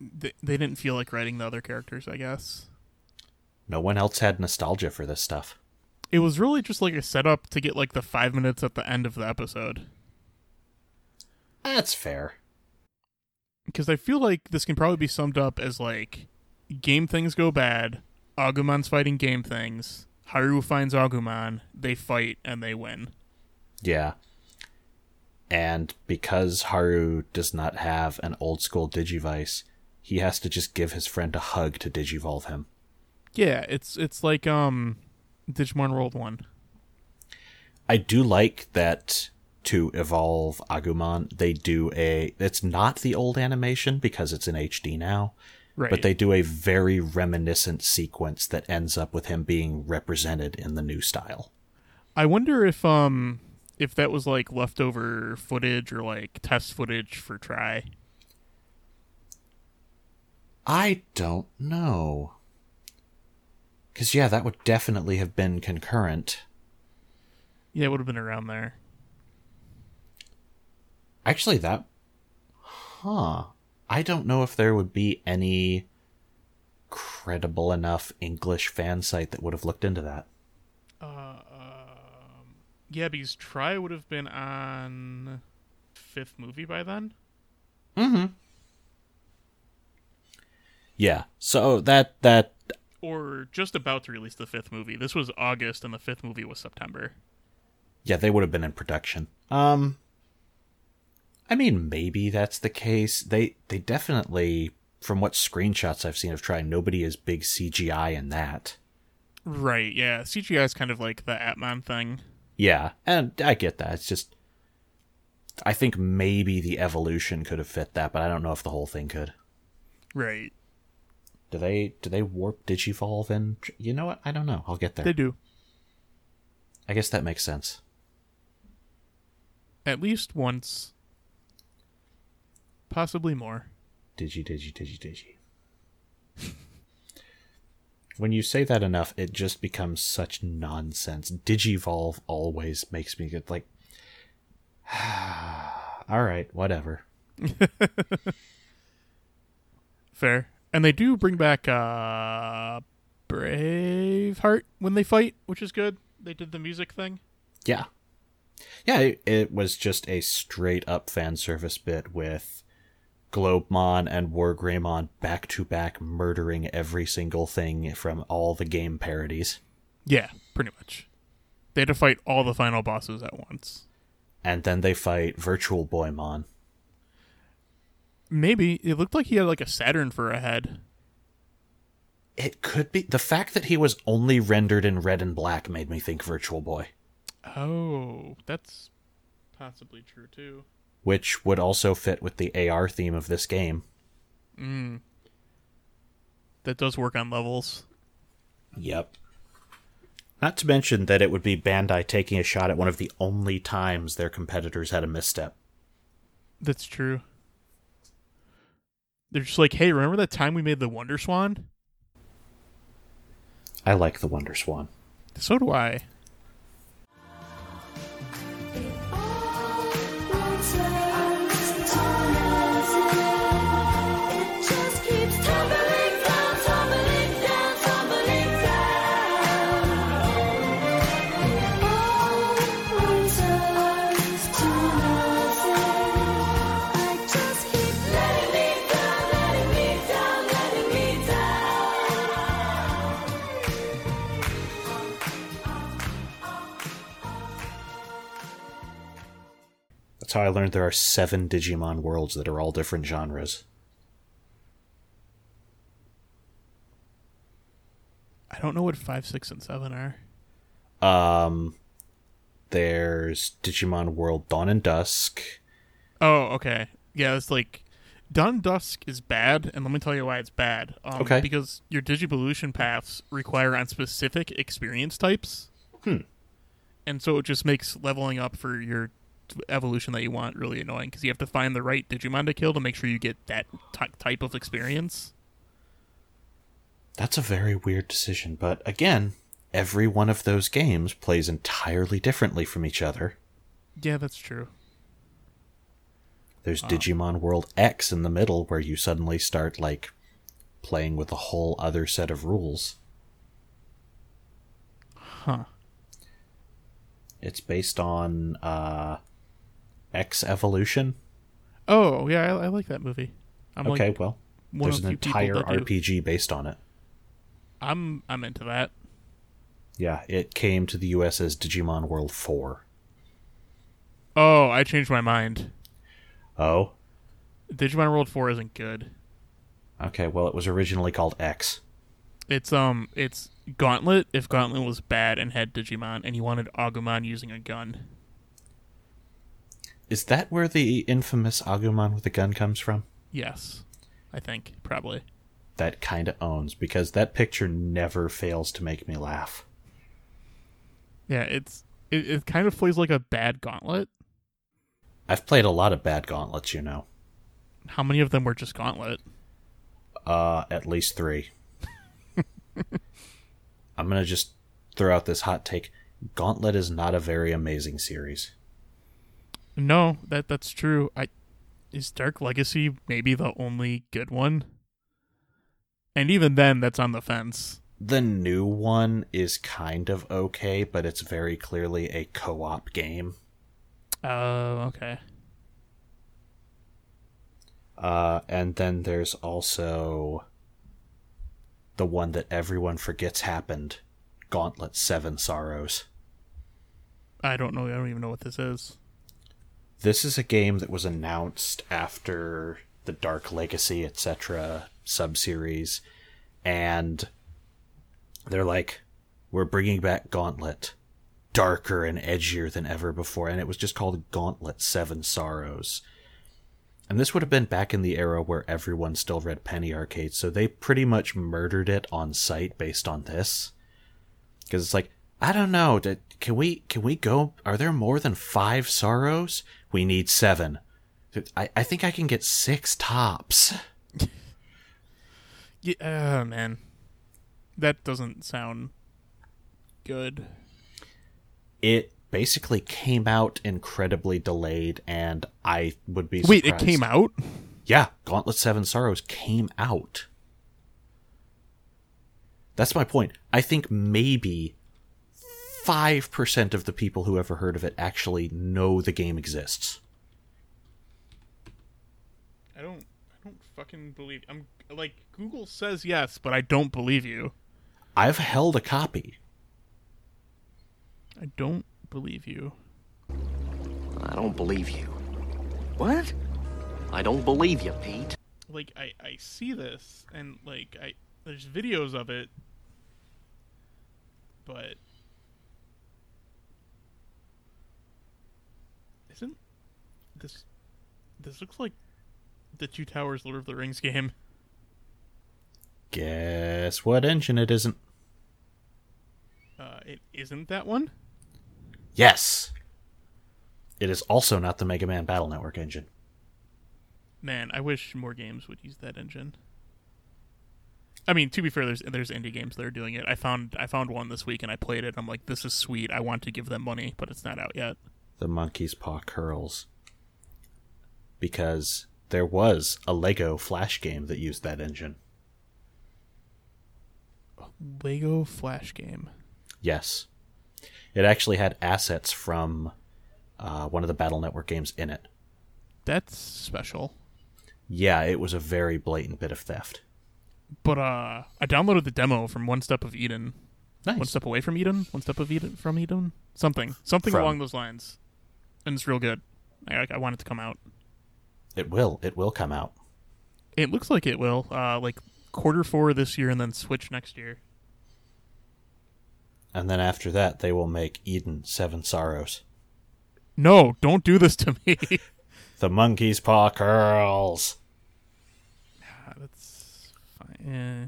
they, they didn't feel like writing the other characters. I guess
No one else had nostalgia for this stuff.
it was really just like a setup to get like the five minutes at the end of the episode.
That's fair.
because I feel like this can probably be summed up as like game things go bad, Agumon's fighting game things, Haru finds Agumon, they fight and they win.
Yeah. And because Haru does not have an old school Digivice, he has to just give his friend a hug to digivolve him.
Yeah, it's it's like um Digimon World One.
I do like that to evolve Agumon, they do a. It's not the old animation because it's in HD now,
Right.
but they do a very reminiscent sequence that ends up with him being represented in the new style.
I wonder if um if that was like leftover footage or like test footage for try.
I don't know. Because, yeah, that would definitely have been concurrent.
Yeah, it would have been around there.
Actually, that. Huh. I don't know if there would be any credible enough English fan site that would have looked into that.
Yeah, because try would have been on fifth movie by then.
Yeah. So that that
Or just about to release the fifth movie. This was August and the fifth movie was September.
yeah, they would have been in production. Um I mean, maybe that's the case. They they definitely from what screenshots I've seen of Try, nobody is big CGI in that.
Right, yeah. CGI is kind of like the Atman thing.
Yeah, and I get that. It's just I think maybe the evolution could have fit that, but I don't know if the whole thing could.
Right.
Do they do they warp digivolve and you know what? I don't know. I'll get there.
They do.
I guess that makes sense.
At least once. Possibly more.
Digi digi digi digi. when you say that enough, it just becomes such nonsense. Digivolve always makes me get like All right, whatever.
Fair. And they do bring back uh Braveheart when they fight, which is good. They did the music thing.
Yeah. Yeah, it, it was just a straight up fan service bit with Globemon and Wargreymon back to back murdering every single thing from all the game parodies.
Yeah, pretty much. They had to fight all the final bosses at once.
And then they fight Virtual Boymon.
Maybe it looked like he had like a Saturn for a head.
It could be the fact that he was only rendered in red and black made me think Virtual Boy,
Oh, that's possibly true too.
which would also fit with the AR theme of this game.
That does work on levels.
Yep. Not to mention that it would be Bandai taking a shot at one of the only times their competitors had a misstep.
That's true. They're just like, hey, remember that time we made the Wonder Swan?
I like the Wonder Swan.
So do I.
That's how I learned there are seven Digimon worlds that are all different genres.
I don't know what five, six, and seven are.
Um, there's Digimon World Dawn and Dusk.
Oh, okay. Yeah, it's like Dawn Dusk is bad, and let me tell you why it's bad. Um,
Okay.
Because your Digivolution paths require on specific experience types. Hmm. And so it just makes leveling up for your t- evolution that you want really annoying because you have to find the right Digimon to kill to make sure you get that ty type of experience.
That's a very weird decision, but again, every one of those games plays entirely differently from each other.
Yeah, that's true.
There's Digimon World X in the middle where you suddenly start like playing with a whole other set of rules.
Huh.
It's based on uh X Evolution.
Oh, yeah, I, I like that movie. I'm
okay,
like,
well,
one
there's
of
an
the few people
entire
that do.
RPG based on it.
I'm I'm into that.
Yeah, it came to the US as Digimon World 4.
Oh, I changed my mind.
Oh,
Digimon World Four isn't good.
okay, well, it was originally called X.
It's um, it's Gauntlet. If Gauntlet was bad and had Digimon, and you wanted Agumon using a gun,
Is that where the infamous Agumon with a gun comes from?
yes, I think probably.
that kind of owns because that picture never fails to make me laugh.
Yeah, it's it, it kind of plays like a bad Gauntlet.
I've played a lot of bad gauntlets, you know.
How many of them were just Gauntlet?
Uh, at least three. I'm gonna just throw out this hot take: Gauntlet is not a very amazing series.
No, that that's true. I is Dark Legacy maybe the only good one, and even then, that's on the fence.
The new one is kind of okay, but it's very clearly a co-op game.
Oh, okay.
Uh, and then there's also the one that everyone forgets happened: Gauntlet Seven Sorrows.
I don't know. I don't even know what this is.
this is a game that was announced after the Dark Legacy, etc. subseries, and they're like, we're bringing back Gauntlet, darker and edgier than ever before, and it was just called Gauntlet Seven Sorrows. And this would have been back in the era where everyone still read penny arcades, so they pretty much murdered it on site based on this because it's like I don't know. Did, can we can we go? Are there more than five sorrows? We need seven. I, I think I can get six tops.
Yeah, oh, man, that doesn't sound good.
It basically came out incredibly delayed, and I would be
Wait, it
surprised.
came out?
Yeah, Gauntlet Seven Sorrows came out. That's my point. I think maybe five percent of the people who ever heard of it actually know the game exists.
I don't. I don't fucking believe. I'm like Google says yes, but I don't believe you.
I've held a copy.
I don't believe you.
I don't believe you. What? I don't believe you, Pete.
Like I, I see this and like I there's videos of it, but isn't this this looks like the Two Towers Lord of the Rings game?
Guess what engine it isn't?
Uh, it isn't that one.
Yes. It is also not the Mega Man Battle Network engine.
Man, I wish more games would use that engine. I mean, to be fair, there's there's indie games that are doing it. I found I found one this week and I played it. I'm like, this is sweet. I want to give them money, but it's not out yet.
The monkey's paw curls. Because there was a Lego Flash game that used that engine.
Lego Flash game.
Yes. It actually had assets from uh, one of the Battle Network games in it.
That's special.
Yeah, it was a very blatant bit of theft.
But uh, I downloaded the demo from One Step of Eden.
Nice.
One step away from Eden. One step of Eden from Eden. Something, something
From.
along those lines. And it's real good. I, I- I want it to come out.
It will. It will come out.
It looks like it will. Uh, like quarter four this year, and then Switch next year.
And then after that, they will make Eden Seven Sorrows.
No, don't do this to me.
The monkey's paw curls.
Ah, That's fine. Eh.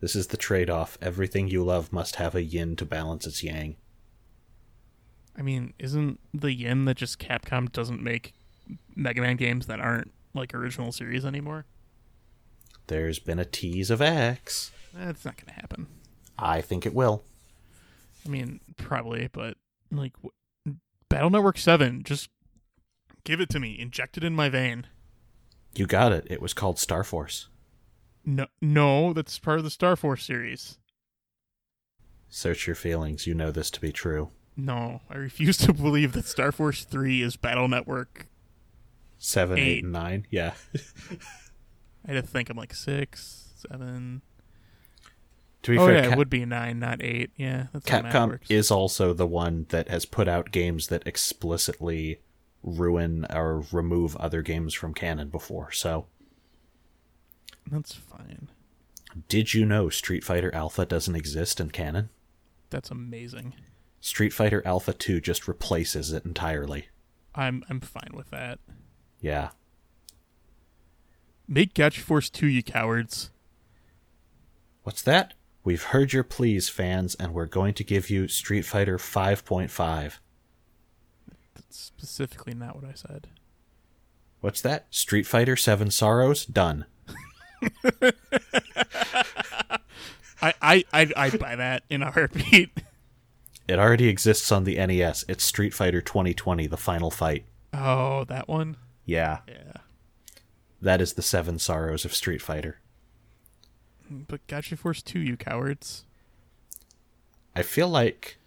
This is the trade off. Everything you love must have a yin to balance its yang.
I mean, isn't the yin that just Capcom doesn't make Mega Man games that aren't like original series anymore?
There's been a tease of X.
That's not gonna happen.
I think it will.
I mean, probably, but like wh- Battle Network Seven, just give it to me, inject it in my vein.
You got it. It was called Star Force.
No, no, that's part of the Star Force series.
Search your feelings. You know this to be true.
No, I refuse to believe that Star Force Three is Battle Network.
Seven,
Eight.
eight, and nine. Yeah.
I had to think. I'm like six, seven.
to be
oh
fair,
yeah,
Cap-
it would be nine, not eight. Yeah, that's how math
Capcom
works.
is also the one that has put out games that explicitly ruin or remove other games from canon before. So,
That's fine.
did you know Street Fighter Alpha doesn't exist in canon?
That's amazing.
Street Fighter Alpha 2 just replaces it entirely.
I'm I'm fine with that.
Yeah.
Make Gatch Force two, you cowards.
What's that? We've heard your pleas, fans, and we're going to give you Street Fighter 5.5.
That's specifically not what I said.
What's that? Street Fighter 7 Sorrows? Done.
I I I I buy that in a heartbeat.
It already exists on the NES. It's Street Fighter 2020, the final fight.
Oh, that one.
Yeah.
Yeah.
That is the seven sorrows of Street Fighter.
But Gatch Force two, you cowards.
I feel like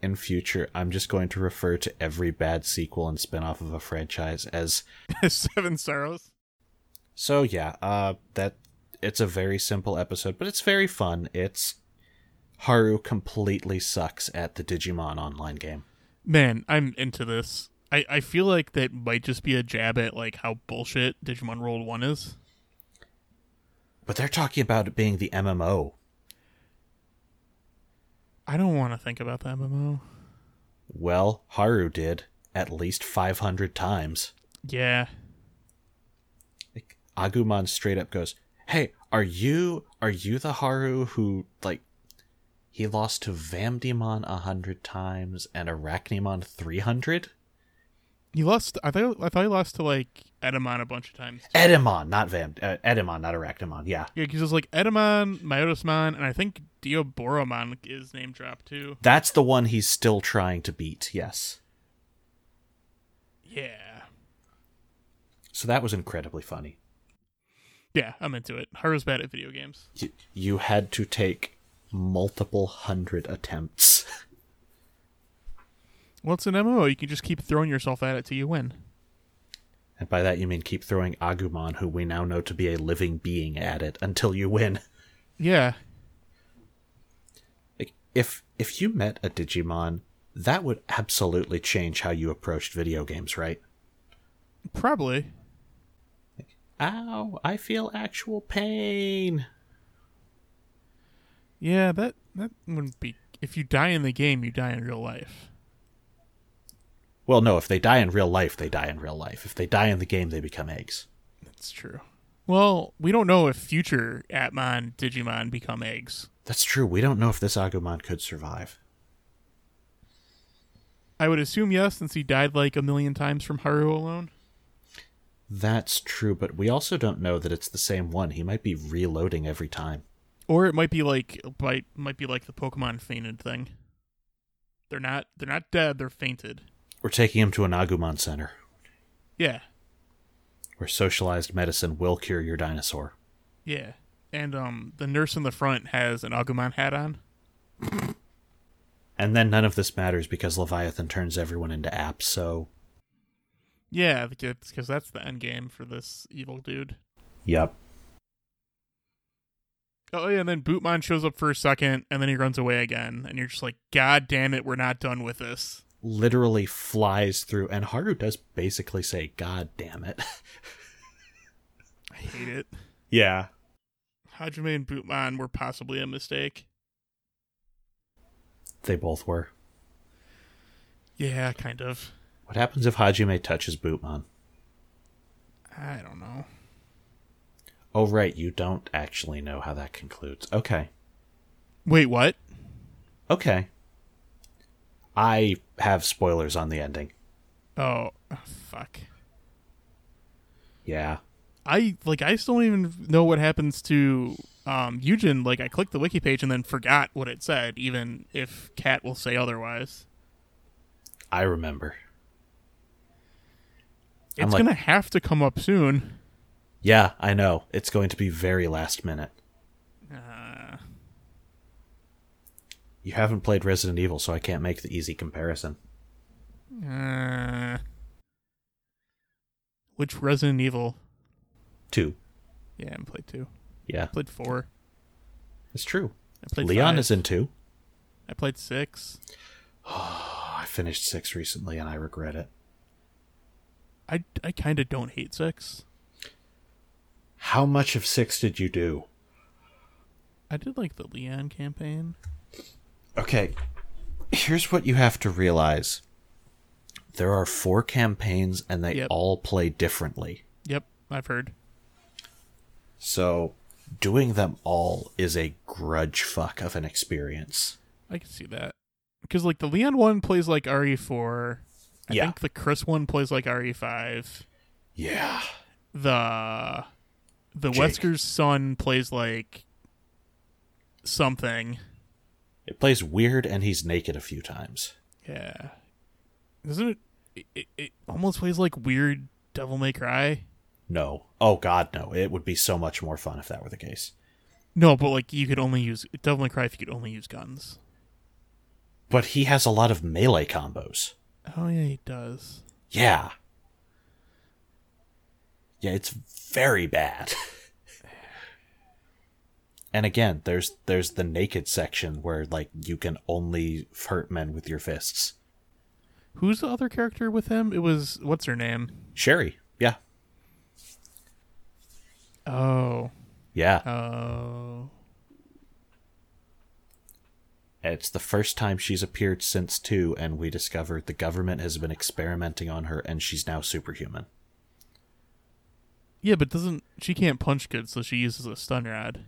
in future I'm just going to refer to every bad sequel and spin-off of a franchise as
Seven sorrows.
So yeah, uh that it's a very simple episode, but it's very fun. It's Haru completely sucks at the Digimon online game.
Man, I'm into this. I, I feel like that might just be a jab at like how bullshit Digimon World One is.
But they're talking about it being the MMO.
I don't want to think about that MMO.
Well, Haru did at least 500 times.
Yeah,
Like, Agumon straight up goes, "Hey, are you are you the Haru who like he lost to Vamdemon a hundred times and Arachnimon three hundred?
he lost. I thought I thought he lost to like Edamon a bunch of times.
Edemon, not Vam, uh, Edemon, not Arachnimon. Yeah,
Yeah, because it's like Edamon, Myotismon, and I think Dioboromon is name dropped too.
that's the one he's still trying to beat. Yes,
Yeah,
so that was incredibly funny.
yeah, I'm into it. Haru's bad at video games.
You, you had to take multiple hundred attempts.
Well, it's an MMO. You can just keep throwing yourself at it till you win.
And by that you mean keep throwing Agumon, who we now know to be a living being, at it until you win.
Yeah,
Like, if if you met a Digimon, that would absolutely change how you approached video games, right?
probably.
Ow, I feel actual pain.
Yeah, that that wouldn't be. If you die in the game, you die in real life.
Well, no, if they die in real life, they die in real life. If they die in the game, they become eggs.
That's true. Well, we don't know if future Atmon Digimon become eggs.
That's true. We don't know if this Agumon could survive.
I would assume yes, since he died like a million times from Haru alone.
That's true, but we also don't know that it's the same one. He might be reloading every time.
Or it might be like might might be like the Pokemon fainted thing. They're not they're not dead, they're fainted.
We're taking him to an Agumon Center,
Yeah.
where socialized medicine will cure your dinosaur.
Yeah. And um the nurse in the front has an Agumon hat on.
And then none of this matters because Leviathan turns everyone into apps, so.
Yeah, because that's the end game for this evil dude.
Yep.
Oh yeah, and then Bootmon shows up for a second, and then he runs away again, and you're just like, God damn it, we're not done with this.
Literally flies through, and Haru does basically say, God damn it.
I hate it.
yeah.
Hajime and Bootmon were possibly a mistake.
They both were.
Yeah, kind of.
What happens if Hajime touches Bootmon?
I don't know.
Oh, right, you don't actually know how that concludes. Okay.
Wait, what?
Okay. I have spoilers on the ending.
Oh, oh, fuck.
Yeah.
I like I still don't even know what happens to um Eugen. Like I clicked the wiki page and then forgot what it said, even if Kat will say otherwise.
I remember. I'm
It's
like-
gonna have to come up soon.
Yeah, I know. It's going to be very last minute. Uh. You haven't played Resident Evil, so I can't make the easy comparison.
Uh, which Resident Evil?
Two.
Yeah, I played two.
Yeah,
I played four.
it's true.
I played
Leon
five.
is in two.
I played six.
Oh, I finished six recently and I regret it.
I, I kind of don't hate six.
How much of six did you do?
I did like the Leon campaign.
Okay, here's what you have to realize there are four campaigns and they
Yep.
all play differently.
Yep, I've heard.
So doing them all is a grudge fuck of an experience.
I can see that because like the Leon one plays like RE4. I
Yeah.
think the Chris one plays like E RE5.
Yeah.
The the
Jake.
Wesker's son plays like something.
It plays weird and he's naked a few times.
Yeah. Isn't it? It, it, it almost plays like weird Devil May Cry.
No. Oh god no. It would be so much more fun if that were the case.
No, but like you could only use Devil May Cry if you could only use guns.
But he has a lot of melee combos.
Oh yeah, he does.
Yeah. Yeah, it's very bad. and again, there's there's the naked section where like you can only hurt men with your fists.
Who's the other character with him? It was what's her name?
Sherry. Yeah.
Oh,
Yeah.
oh,
It's the first time she's appeared since 2, and we discover the government has been experimenting on her, and she's now superhuman.
yeah. But doesn't she can't punch good, so she uses a stun rod.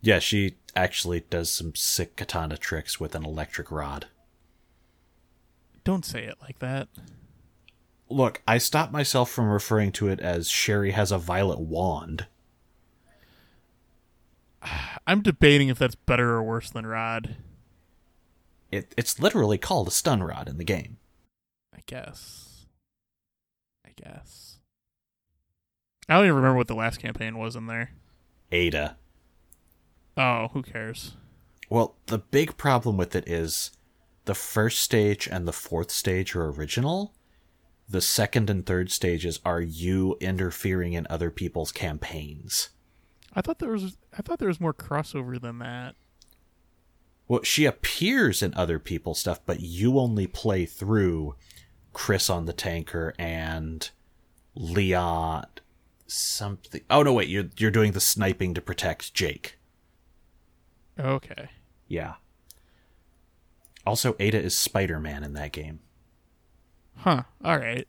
Yeah, she actually does some sick katana tricks with an electric rod.
Don't say it like that.
Look, I stopped myself from referring to it as Sherry has a violet wand.
I'm debating if that's better or worse than Rod.
It, it's literally called a stun rod in the game.
I guess. I guess. I don't even remember what the last campaign was in there.
Ada.
Oh, who cares?
Well, the big problem with it is the first stage and the fourth stage are original. The second and third stages are you interfering in other people's campaigns.
I thought there was I thought there was more crossover than that.
Well, she appears in other people's stuff, but you only play through Chris on the tanker and Leon something. Oh no, wait, you're you're doing the sniping to protect Jake.
Okay.
Yeah. Also, Ada is Spider-Man in that game.
Huh. All right.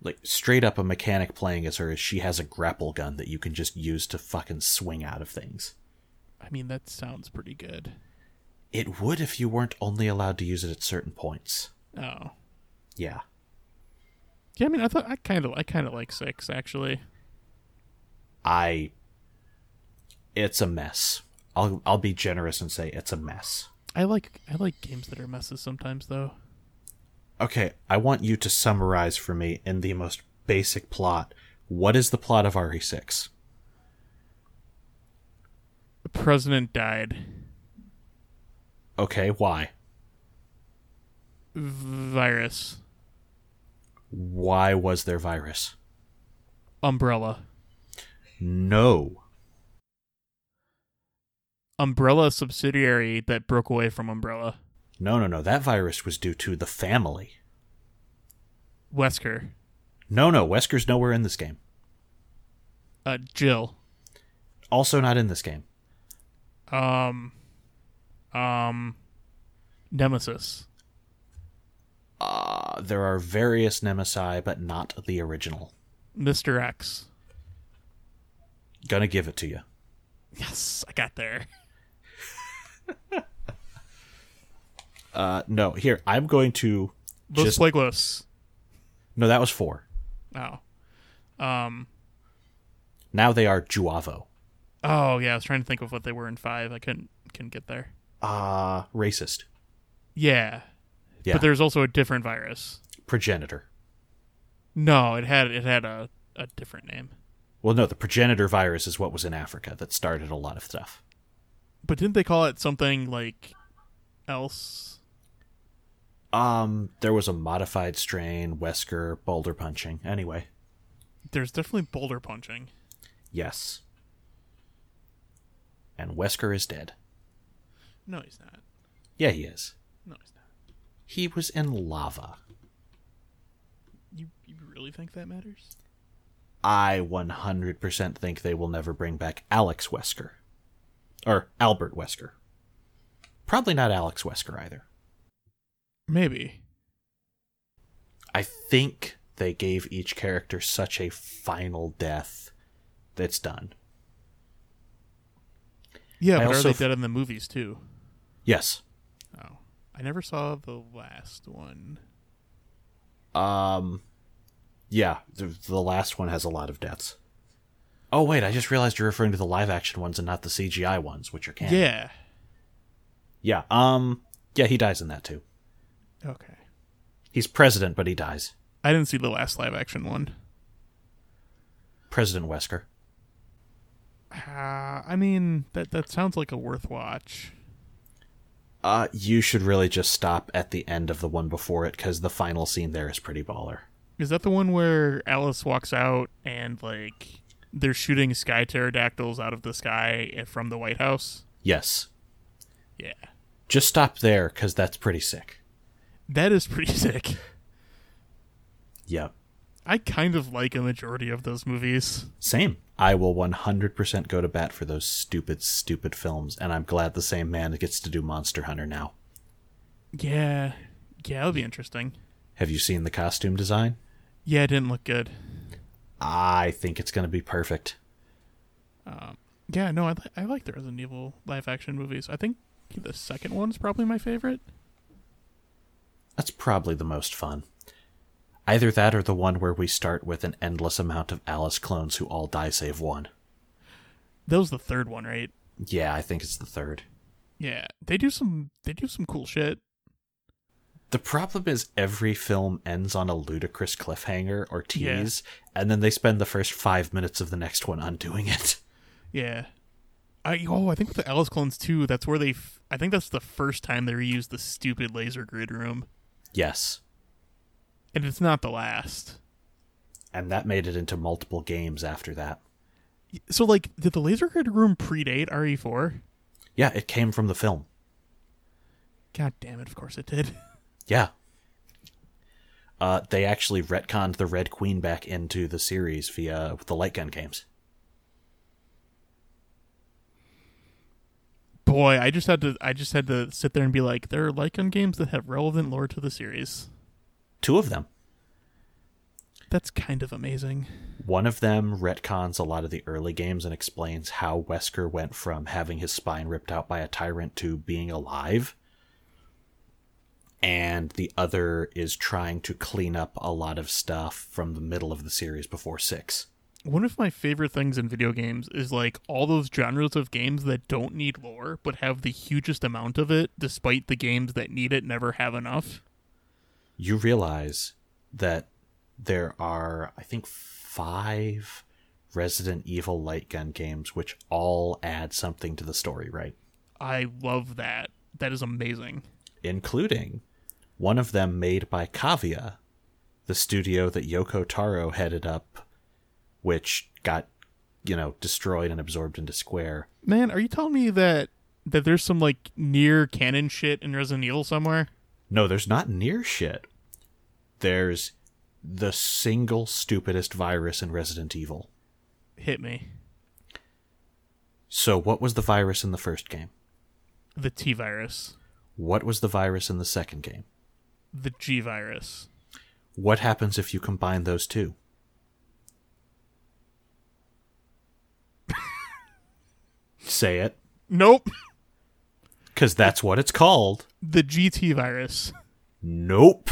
Like straight up a mechanic playing as her is she has a grapple gun that you can just use to fucking swing out of things.
I mean, that sounds pretty good.
It would if you weren't only allowed to use it at certain points.
Oh.
Yeah.
Yeah, I mean, I thought I kind of I kind of like six actually.
I. It's a mess. I'll I'll be generous and say it's a mess.
I like I like games that are messes sometimes though.
Okay, I want you to summarize for me in the most basic plot. What is the plot of E RE6?
The president died.
Okay, why?
Virus.
Why was there virus?
Umbrella.
No.
Umbrella subsidiary that broke away from Umbrella.
No, no, no. That virus was due to the family.
Wesker.
No, no. Wesker's nowhere in this game.
Uh, Jill.
Also not in this game.
Um. Um. Nemesis.
Uh, there are various Nemesi, but not the original.
Mr. X.
Gonna give it to you.
Yes, I got there.
Uh, no, here. I'm going to.
Los
Just-
Plagueis.
No, that was four.
Oh. Um.
Now they are Juavo.
Oh yeah, I was trying to think of what they were in five. I couldn't couldn't get there.
Uh, racist.
Yeah.
Yeah.
But there's also a different virus.
Progenitor.
No, it had it had a, a different name.
Well, no, the progenitor virus is what was in Africa that started a lot of stuff.
But didn't they call it something like else?
Um, there was a modified strain, Wesker, boulder punching. Anyway,
There's definitely boulder punching.
yes. And Wesker is dead.
No, he's not.
Yeah, he is.
No, he's not.
He was in lava.
You you really think that matters?
I 100% think they will never bring back Alex Wesker. Or Albert Wesker. Probably not Alex Wesker either.
Maybe.
I think they gave each character such a final death that's done.
Yeah,
I
but are
also
they
f-
dead in the movies too?
Yes.
Oh. I never saw the last one.
Um, yeah, the, the last one has a lot of deaths. Oh wait, I just realized you're referring to the live action ones and not the CGI ones, which are canon.
Yeah.
Yeah. Um. Yeah, he dies in that too.
Okay.
He's president, but he dies.
I didn't see the last live action one.
President Wesker.
Uh, I mean, that that sounds like a worth watch.
Uh, you should really just stop at the end of the one before it, because the final scene there is pretty baller.
Is that the one where Alice walks out and like they're shooting sky pterodactyls out of the sky eh, from the White House?
Yes.
Yeah,
Just stop there, because that's pretty sick.
that is pretty sick.
Yep.
I kind of like a majority of those movies.
Same. I will 100% go to bat for those stupid, stupid films, and I'm glad the same man gets to do Monster Hunter now.
Yeah, yeah, that'll be interesting.
Have you seen the costume design?
Yeah, it didn't look good.
I think it's going to be perfect.
Yeah, no, I li- I like the Resident Evil live action movies. I think the second one's probably my favorite.
That's probably the most fun. Either that or the one where we start with an endless amount of Alice clones who all die save one.
That was the third one, right?
Yeah, I think it's the third.
Yeah, they do some they do some cool shit.
The problem is every film ends on a ludicrous cliffhanger or tease, and then they spend the first five minutes of the next one undoing it.
Yeah. I oh, I think with the Alice clones too. That's where they. F- I think that's the first time they reused the stupid laser grid room,
Yes.
and it's not the last.
And that made it into multiple games after that.
So like, did the laser grid room predate E RE4?
Yeah, it came from the film.
God damn it! Of course it did.
Yeah. Uh, they actually retconned the Red Queen back into the series via the light gun games.
Boy, I just had to. I just had to sit there and be like, there are Lycan games that have relevant lore to the series.
Two of them.
That's kind of amazing.
One of them retcons a lot of the early games and explains how Wesker went from having his spine ripped out by a tyrant to being alive. and the other is trying to clean up a lot of stuff from the middle of the series before six.
One of my favorite things in video games is like all those genres of games that don't need lore but have the hugest amount of it, despite the games that need it never have enough.
You realize that there are, I think, five Resident Evil light gun games which all add something to the story, right?
I love that. That is amazing.
including one of them made by Kavia, the studio that Yoko Taro headed up, which got, you know, destroyed and absorbed into Square.
Man, are you telling me that that there's some like near canon shit in Resident Evil somewhere?
No, there's not near shit. There's the single stupidest virus in Resident Evil.
Hit me.
So, what was the virus in the first game?
The T virus,
What was the virus in the second game?
the G virus.
What happens if you combine those two? Say it.
Nope.
Because that's what it's called.
The GT virus.
Nope.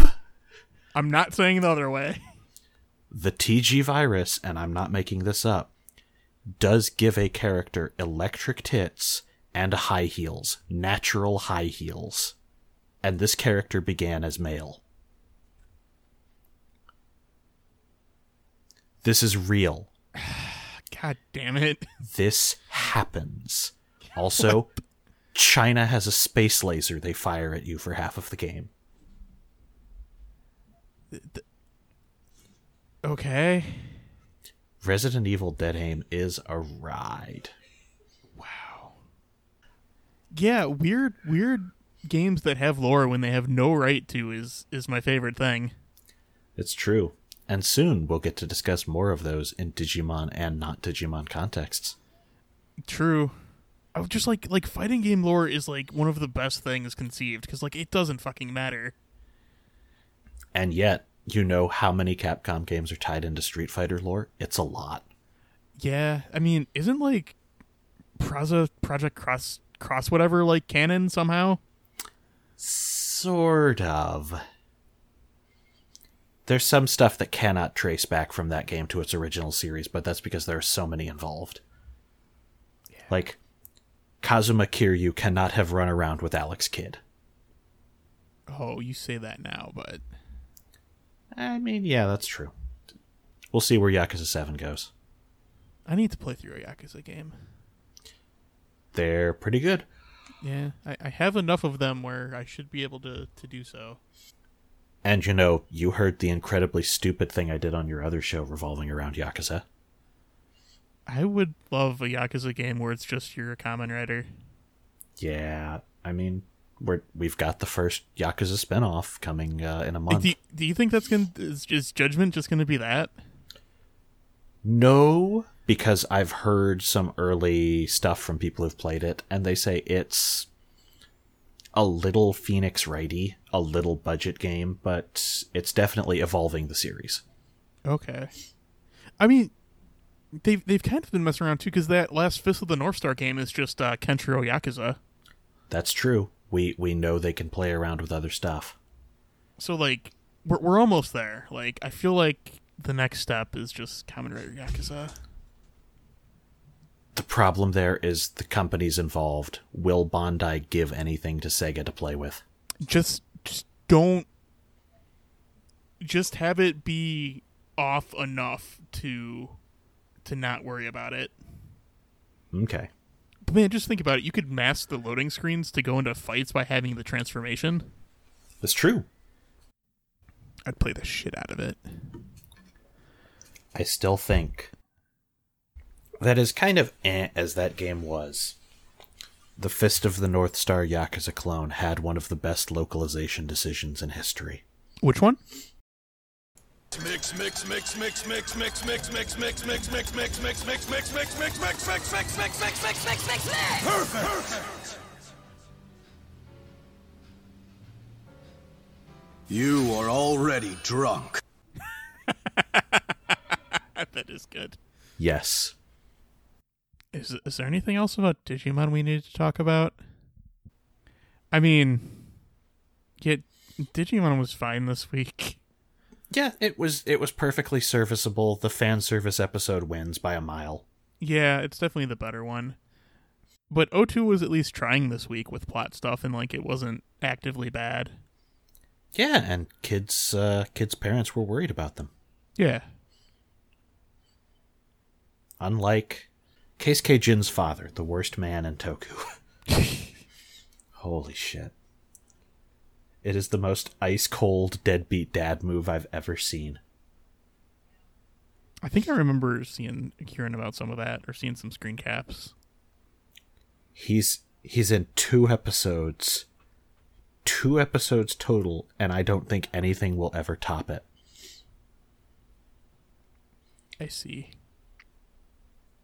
I'm not saying the other way.
The TG virus, and I'm not making this up, does give a character electric tits and high heels, natural high heels. And this character began as male. This is real.
God damn it.
This happens. Also, China has a space laser they fire at you for half of the game.
Okay.
Resident Evil Dead Aim is a ride.
Yeah, weird weird games that have lore when they have no right to is is my favorite thing.
It's true. And soon we'll get to discuss more of those in Digimon and not Digimon contexts.
True. I would just like like fighting game lore is like one of the best things conceived cuz like it doesn't fucking matter.
And yet, you know how many Capcom games are tied into Street Fighter lore? It's a lot.
Yeah, I mean, isn't like Praza Project Cross Cross whatever like canon somehow?
Sort of. There's some stuff that cannot trace back from that game to its original series, but that's because there are so many involved. Like, Kazuma Kiryu cannot have run around with Alex Kidd.
Oh, you say that now, but
I mean, yeah, that's true. We'll see where Yakuza 7 goes.
I need to play through a Yakuza game.
They're pretty good.
Yeah, I, I have enough of them where I should be able to to do so.
And you know, you heard the incredibly stupid thing I did on your other show revolving around Yakuza.
I would love a Yakuza game where it's just you're a common writer.
Yeah, I mean, we're we've got the first Yakuza spinoff coming uh, in a
Like,
month.
do, do you think that's gonna is, is Judgment just gonna be that?
No, because I've heard some early stuff from people who've played it, and they say it's a little Phoenix righty, a little budget game, but it's definitely evolving the series.
Okay, I mean, they've they've kind of been messing around too because that last Fist of the North Star game is just uh, Kenshiro Yakuza.
That's true. We we know they can play around with other stuff.
So like we're we're almost there. Like I feel like the next step is just common writer Yakuza.
The problem there is the companies involved. Will Bondi give anything to Sega to play with?
Just just don't just have it be off enough to to not worry about it.
Okay.
But man, just think about it. You could mask the loading screens to go into fights by having the transformation.
That's true.
I'd play the shit out of it.
I still think that is kind of eh as that game was. The Fist of the North Star Yakuza clone had one of the best localization decisions in history.
Which one?
Mix, mix, mix, mix, mix, mix, mix, mix, mix, mix, mix, mix, mix, mix, mix, mix, mix, mix, mix, mix, mix, mix, mix, mix, mix, mix. Perfect. You are already drunk.
that is good.
Yes.
Is is there anything else about Digimon we need to talk about? I mean, get Digimon was fine this week.
Yeah, it was it was perfectly serviceable. The fan service episode wins by a mile.
Yeah, it's definitely the better one. But O2 was at least trying this week with plot stuff and like it wasn't actively bad.
Yeah, and kids uh, kids parents were worried about them.
Yeah.
Unlike Keisuke Jin's father, the worst man in Toku. Holy shit. It is the most ice cold deadbeat dad move I've ever seen.
I think I remember seeing hearing about some of that or seeing some screen caps.
He's he's in two episodes. Two episodes total, and I don't think anything will ever top it.
I see.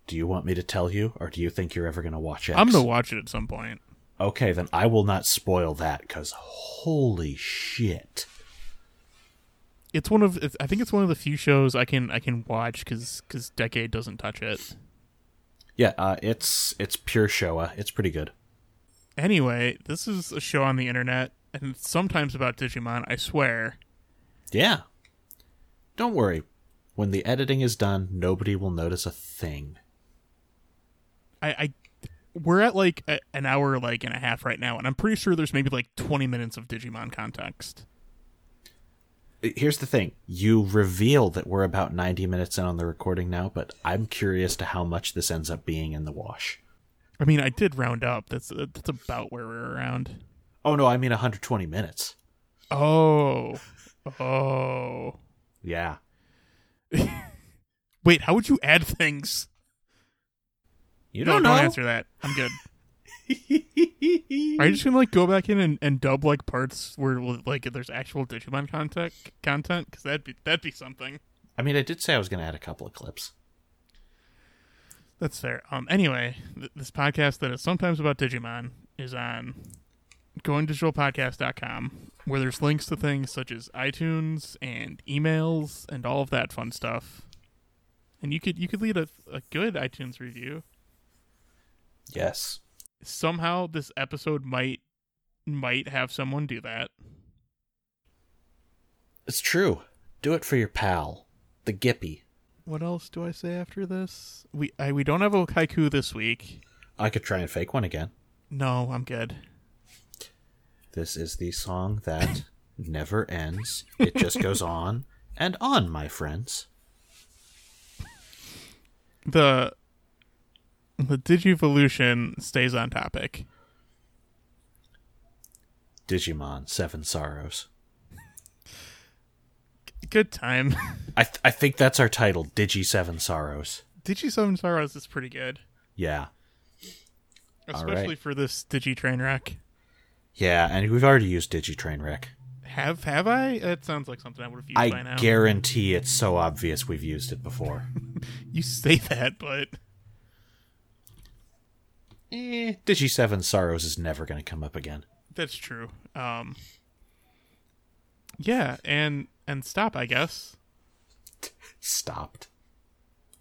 Do you want me to tell you, or do you think you're ever going to watch it?
i am I'm gonna watch it at some point.
Okay, then I will not spoil that, because holy shit.
It's one of it's, I think it's one of the few shows I can I can watch because because Decade doesn't touch it.
Yeah, uh, it's it's pure Showa. It's pretty good.
Anyway, this is a show on the internet and it's sometimes about Digimon. I swear.
Yeah. Don't worry. When the editing is done, nobody will notice a thing.
I, I we're at like a, an hour like and a half right now, and I'm pretty sure there's maybe like 20 minutes of Digimon context.
Here's the thing you reveal that we're about 90 minutes in on the recording now, but I'm curious to how much this ends up being in the wash.
I mean, I did round up. That's that's about where we're around.
Oh, no, I mean 120 minutes.
Oh, oh.
Yeah.
Wait, how would you add things?
You
No,
don't
don't
know.
answer that. I'm good. Are you just gonna like go back in and, and dub like parts where like if there's actual Digimon content content? Because that'd be that'd be something.
I mean, I did say I was going to add a couple of clips.
That's fair. Um. Anyway, th- this podcast that is sometimes about Digimon is on goingdigitalpodcast.com, where there's links to things such as iTunes and emails and all of that fun stuff. And you could you could lead a, a good iTunes review.
Yes.
Somehow this episode might might have someone do that.
It's true. Do it for your pal, the Gippy.
What else do I say after this? We I, we don't have a haiku this week.
I could try and fake one again.
No, I'm good.
This is the song that never ends. It just goes on and on, my friends.
The the Digivolution stays on topic.
Digimon Seven Sorrows.
Good time.
I th- I think that's our title, Digi Seven Sorrows.
Digi Seven Sorrows is pretty good,
Yeah. All right.
especially for this Digi train wreck.
Yeah, and we've already used Digi Trainwreck.
Have have I? It sounds like something I would have used by
I
now.
guarantee it's so obvious we've used it before.
you say that, but
eh, Digi Seven Sorrows is never going to come up again.
that's true. Um, yeah, and and stop. I guess
Stopped.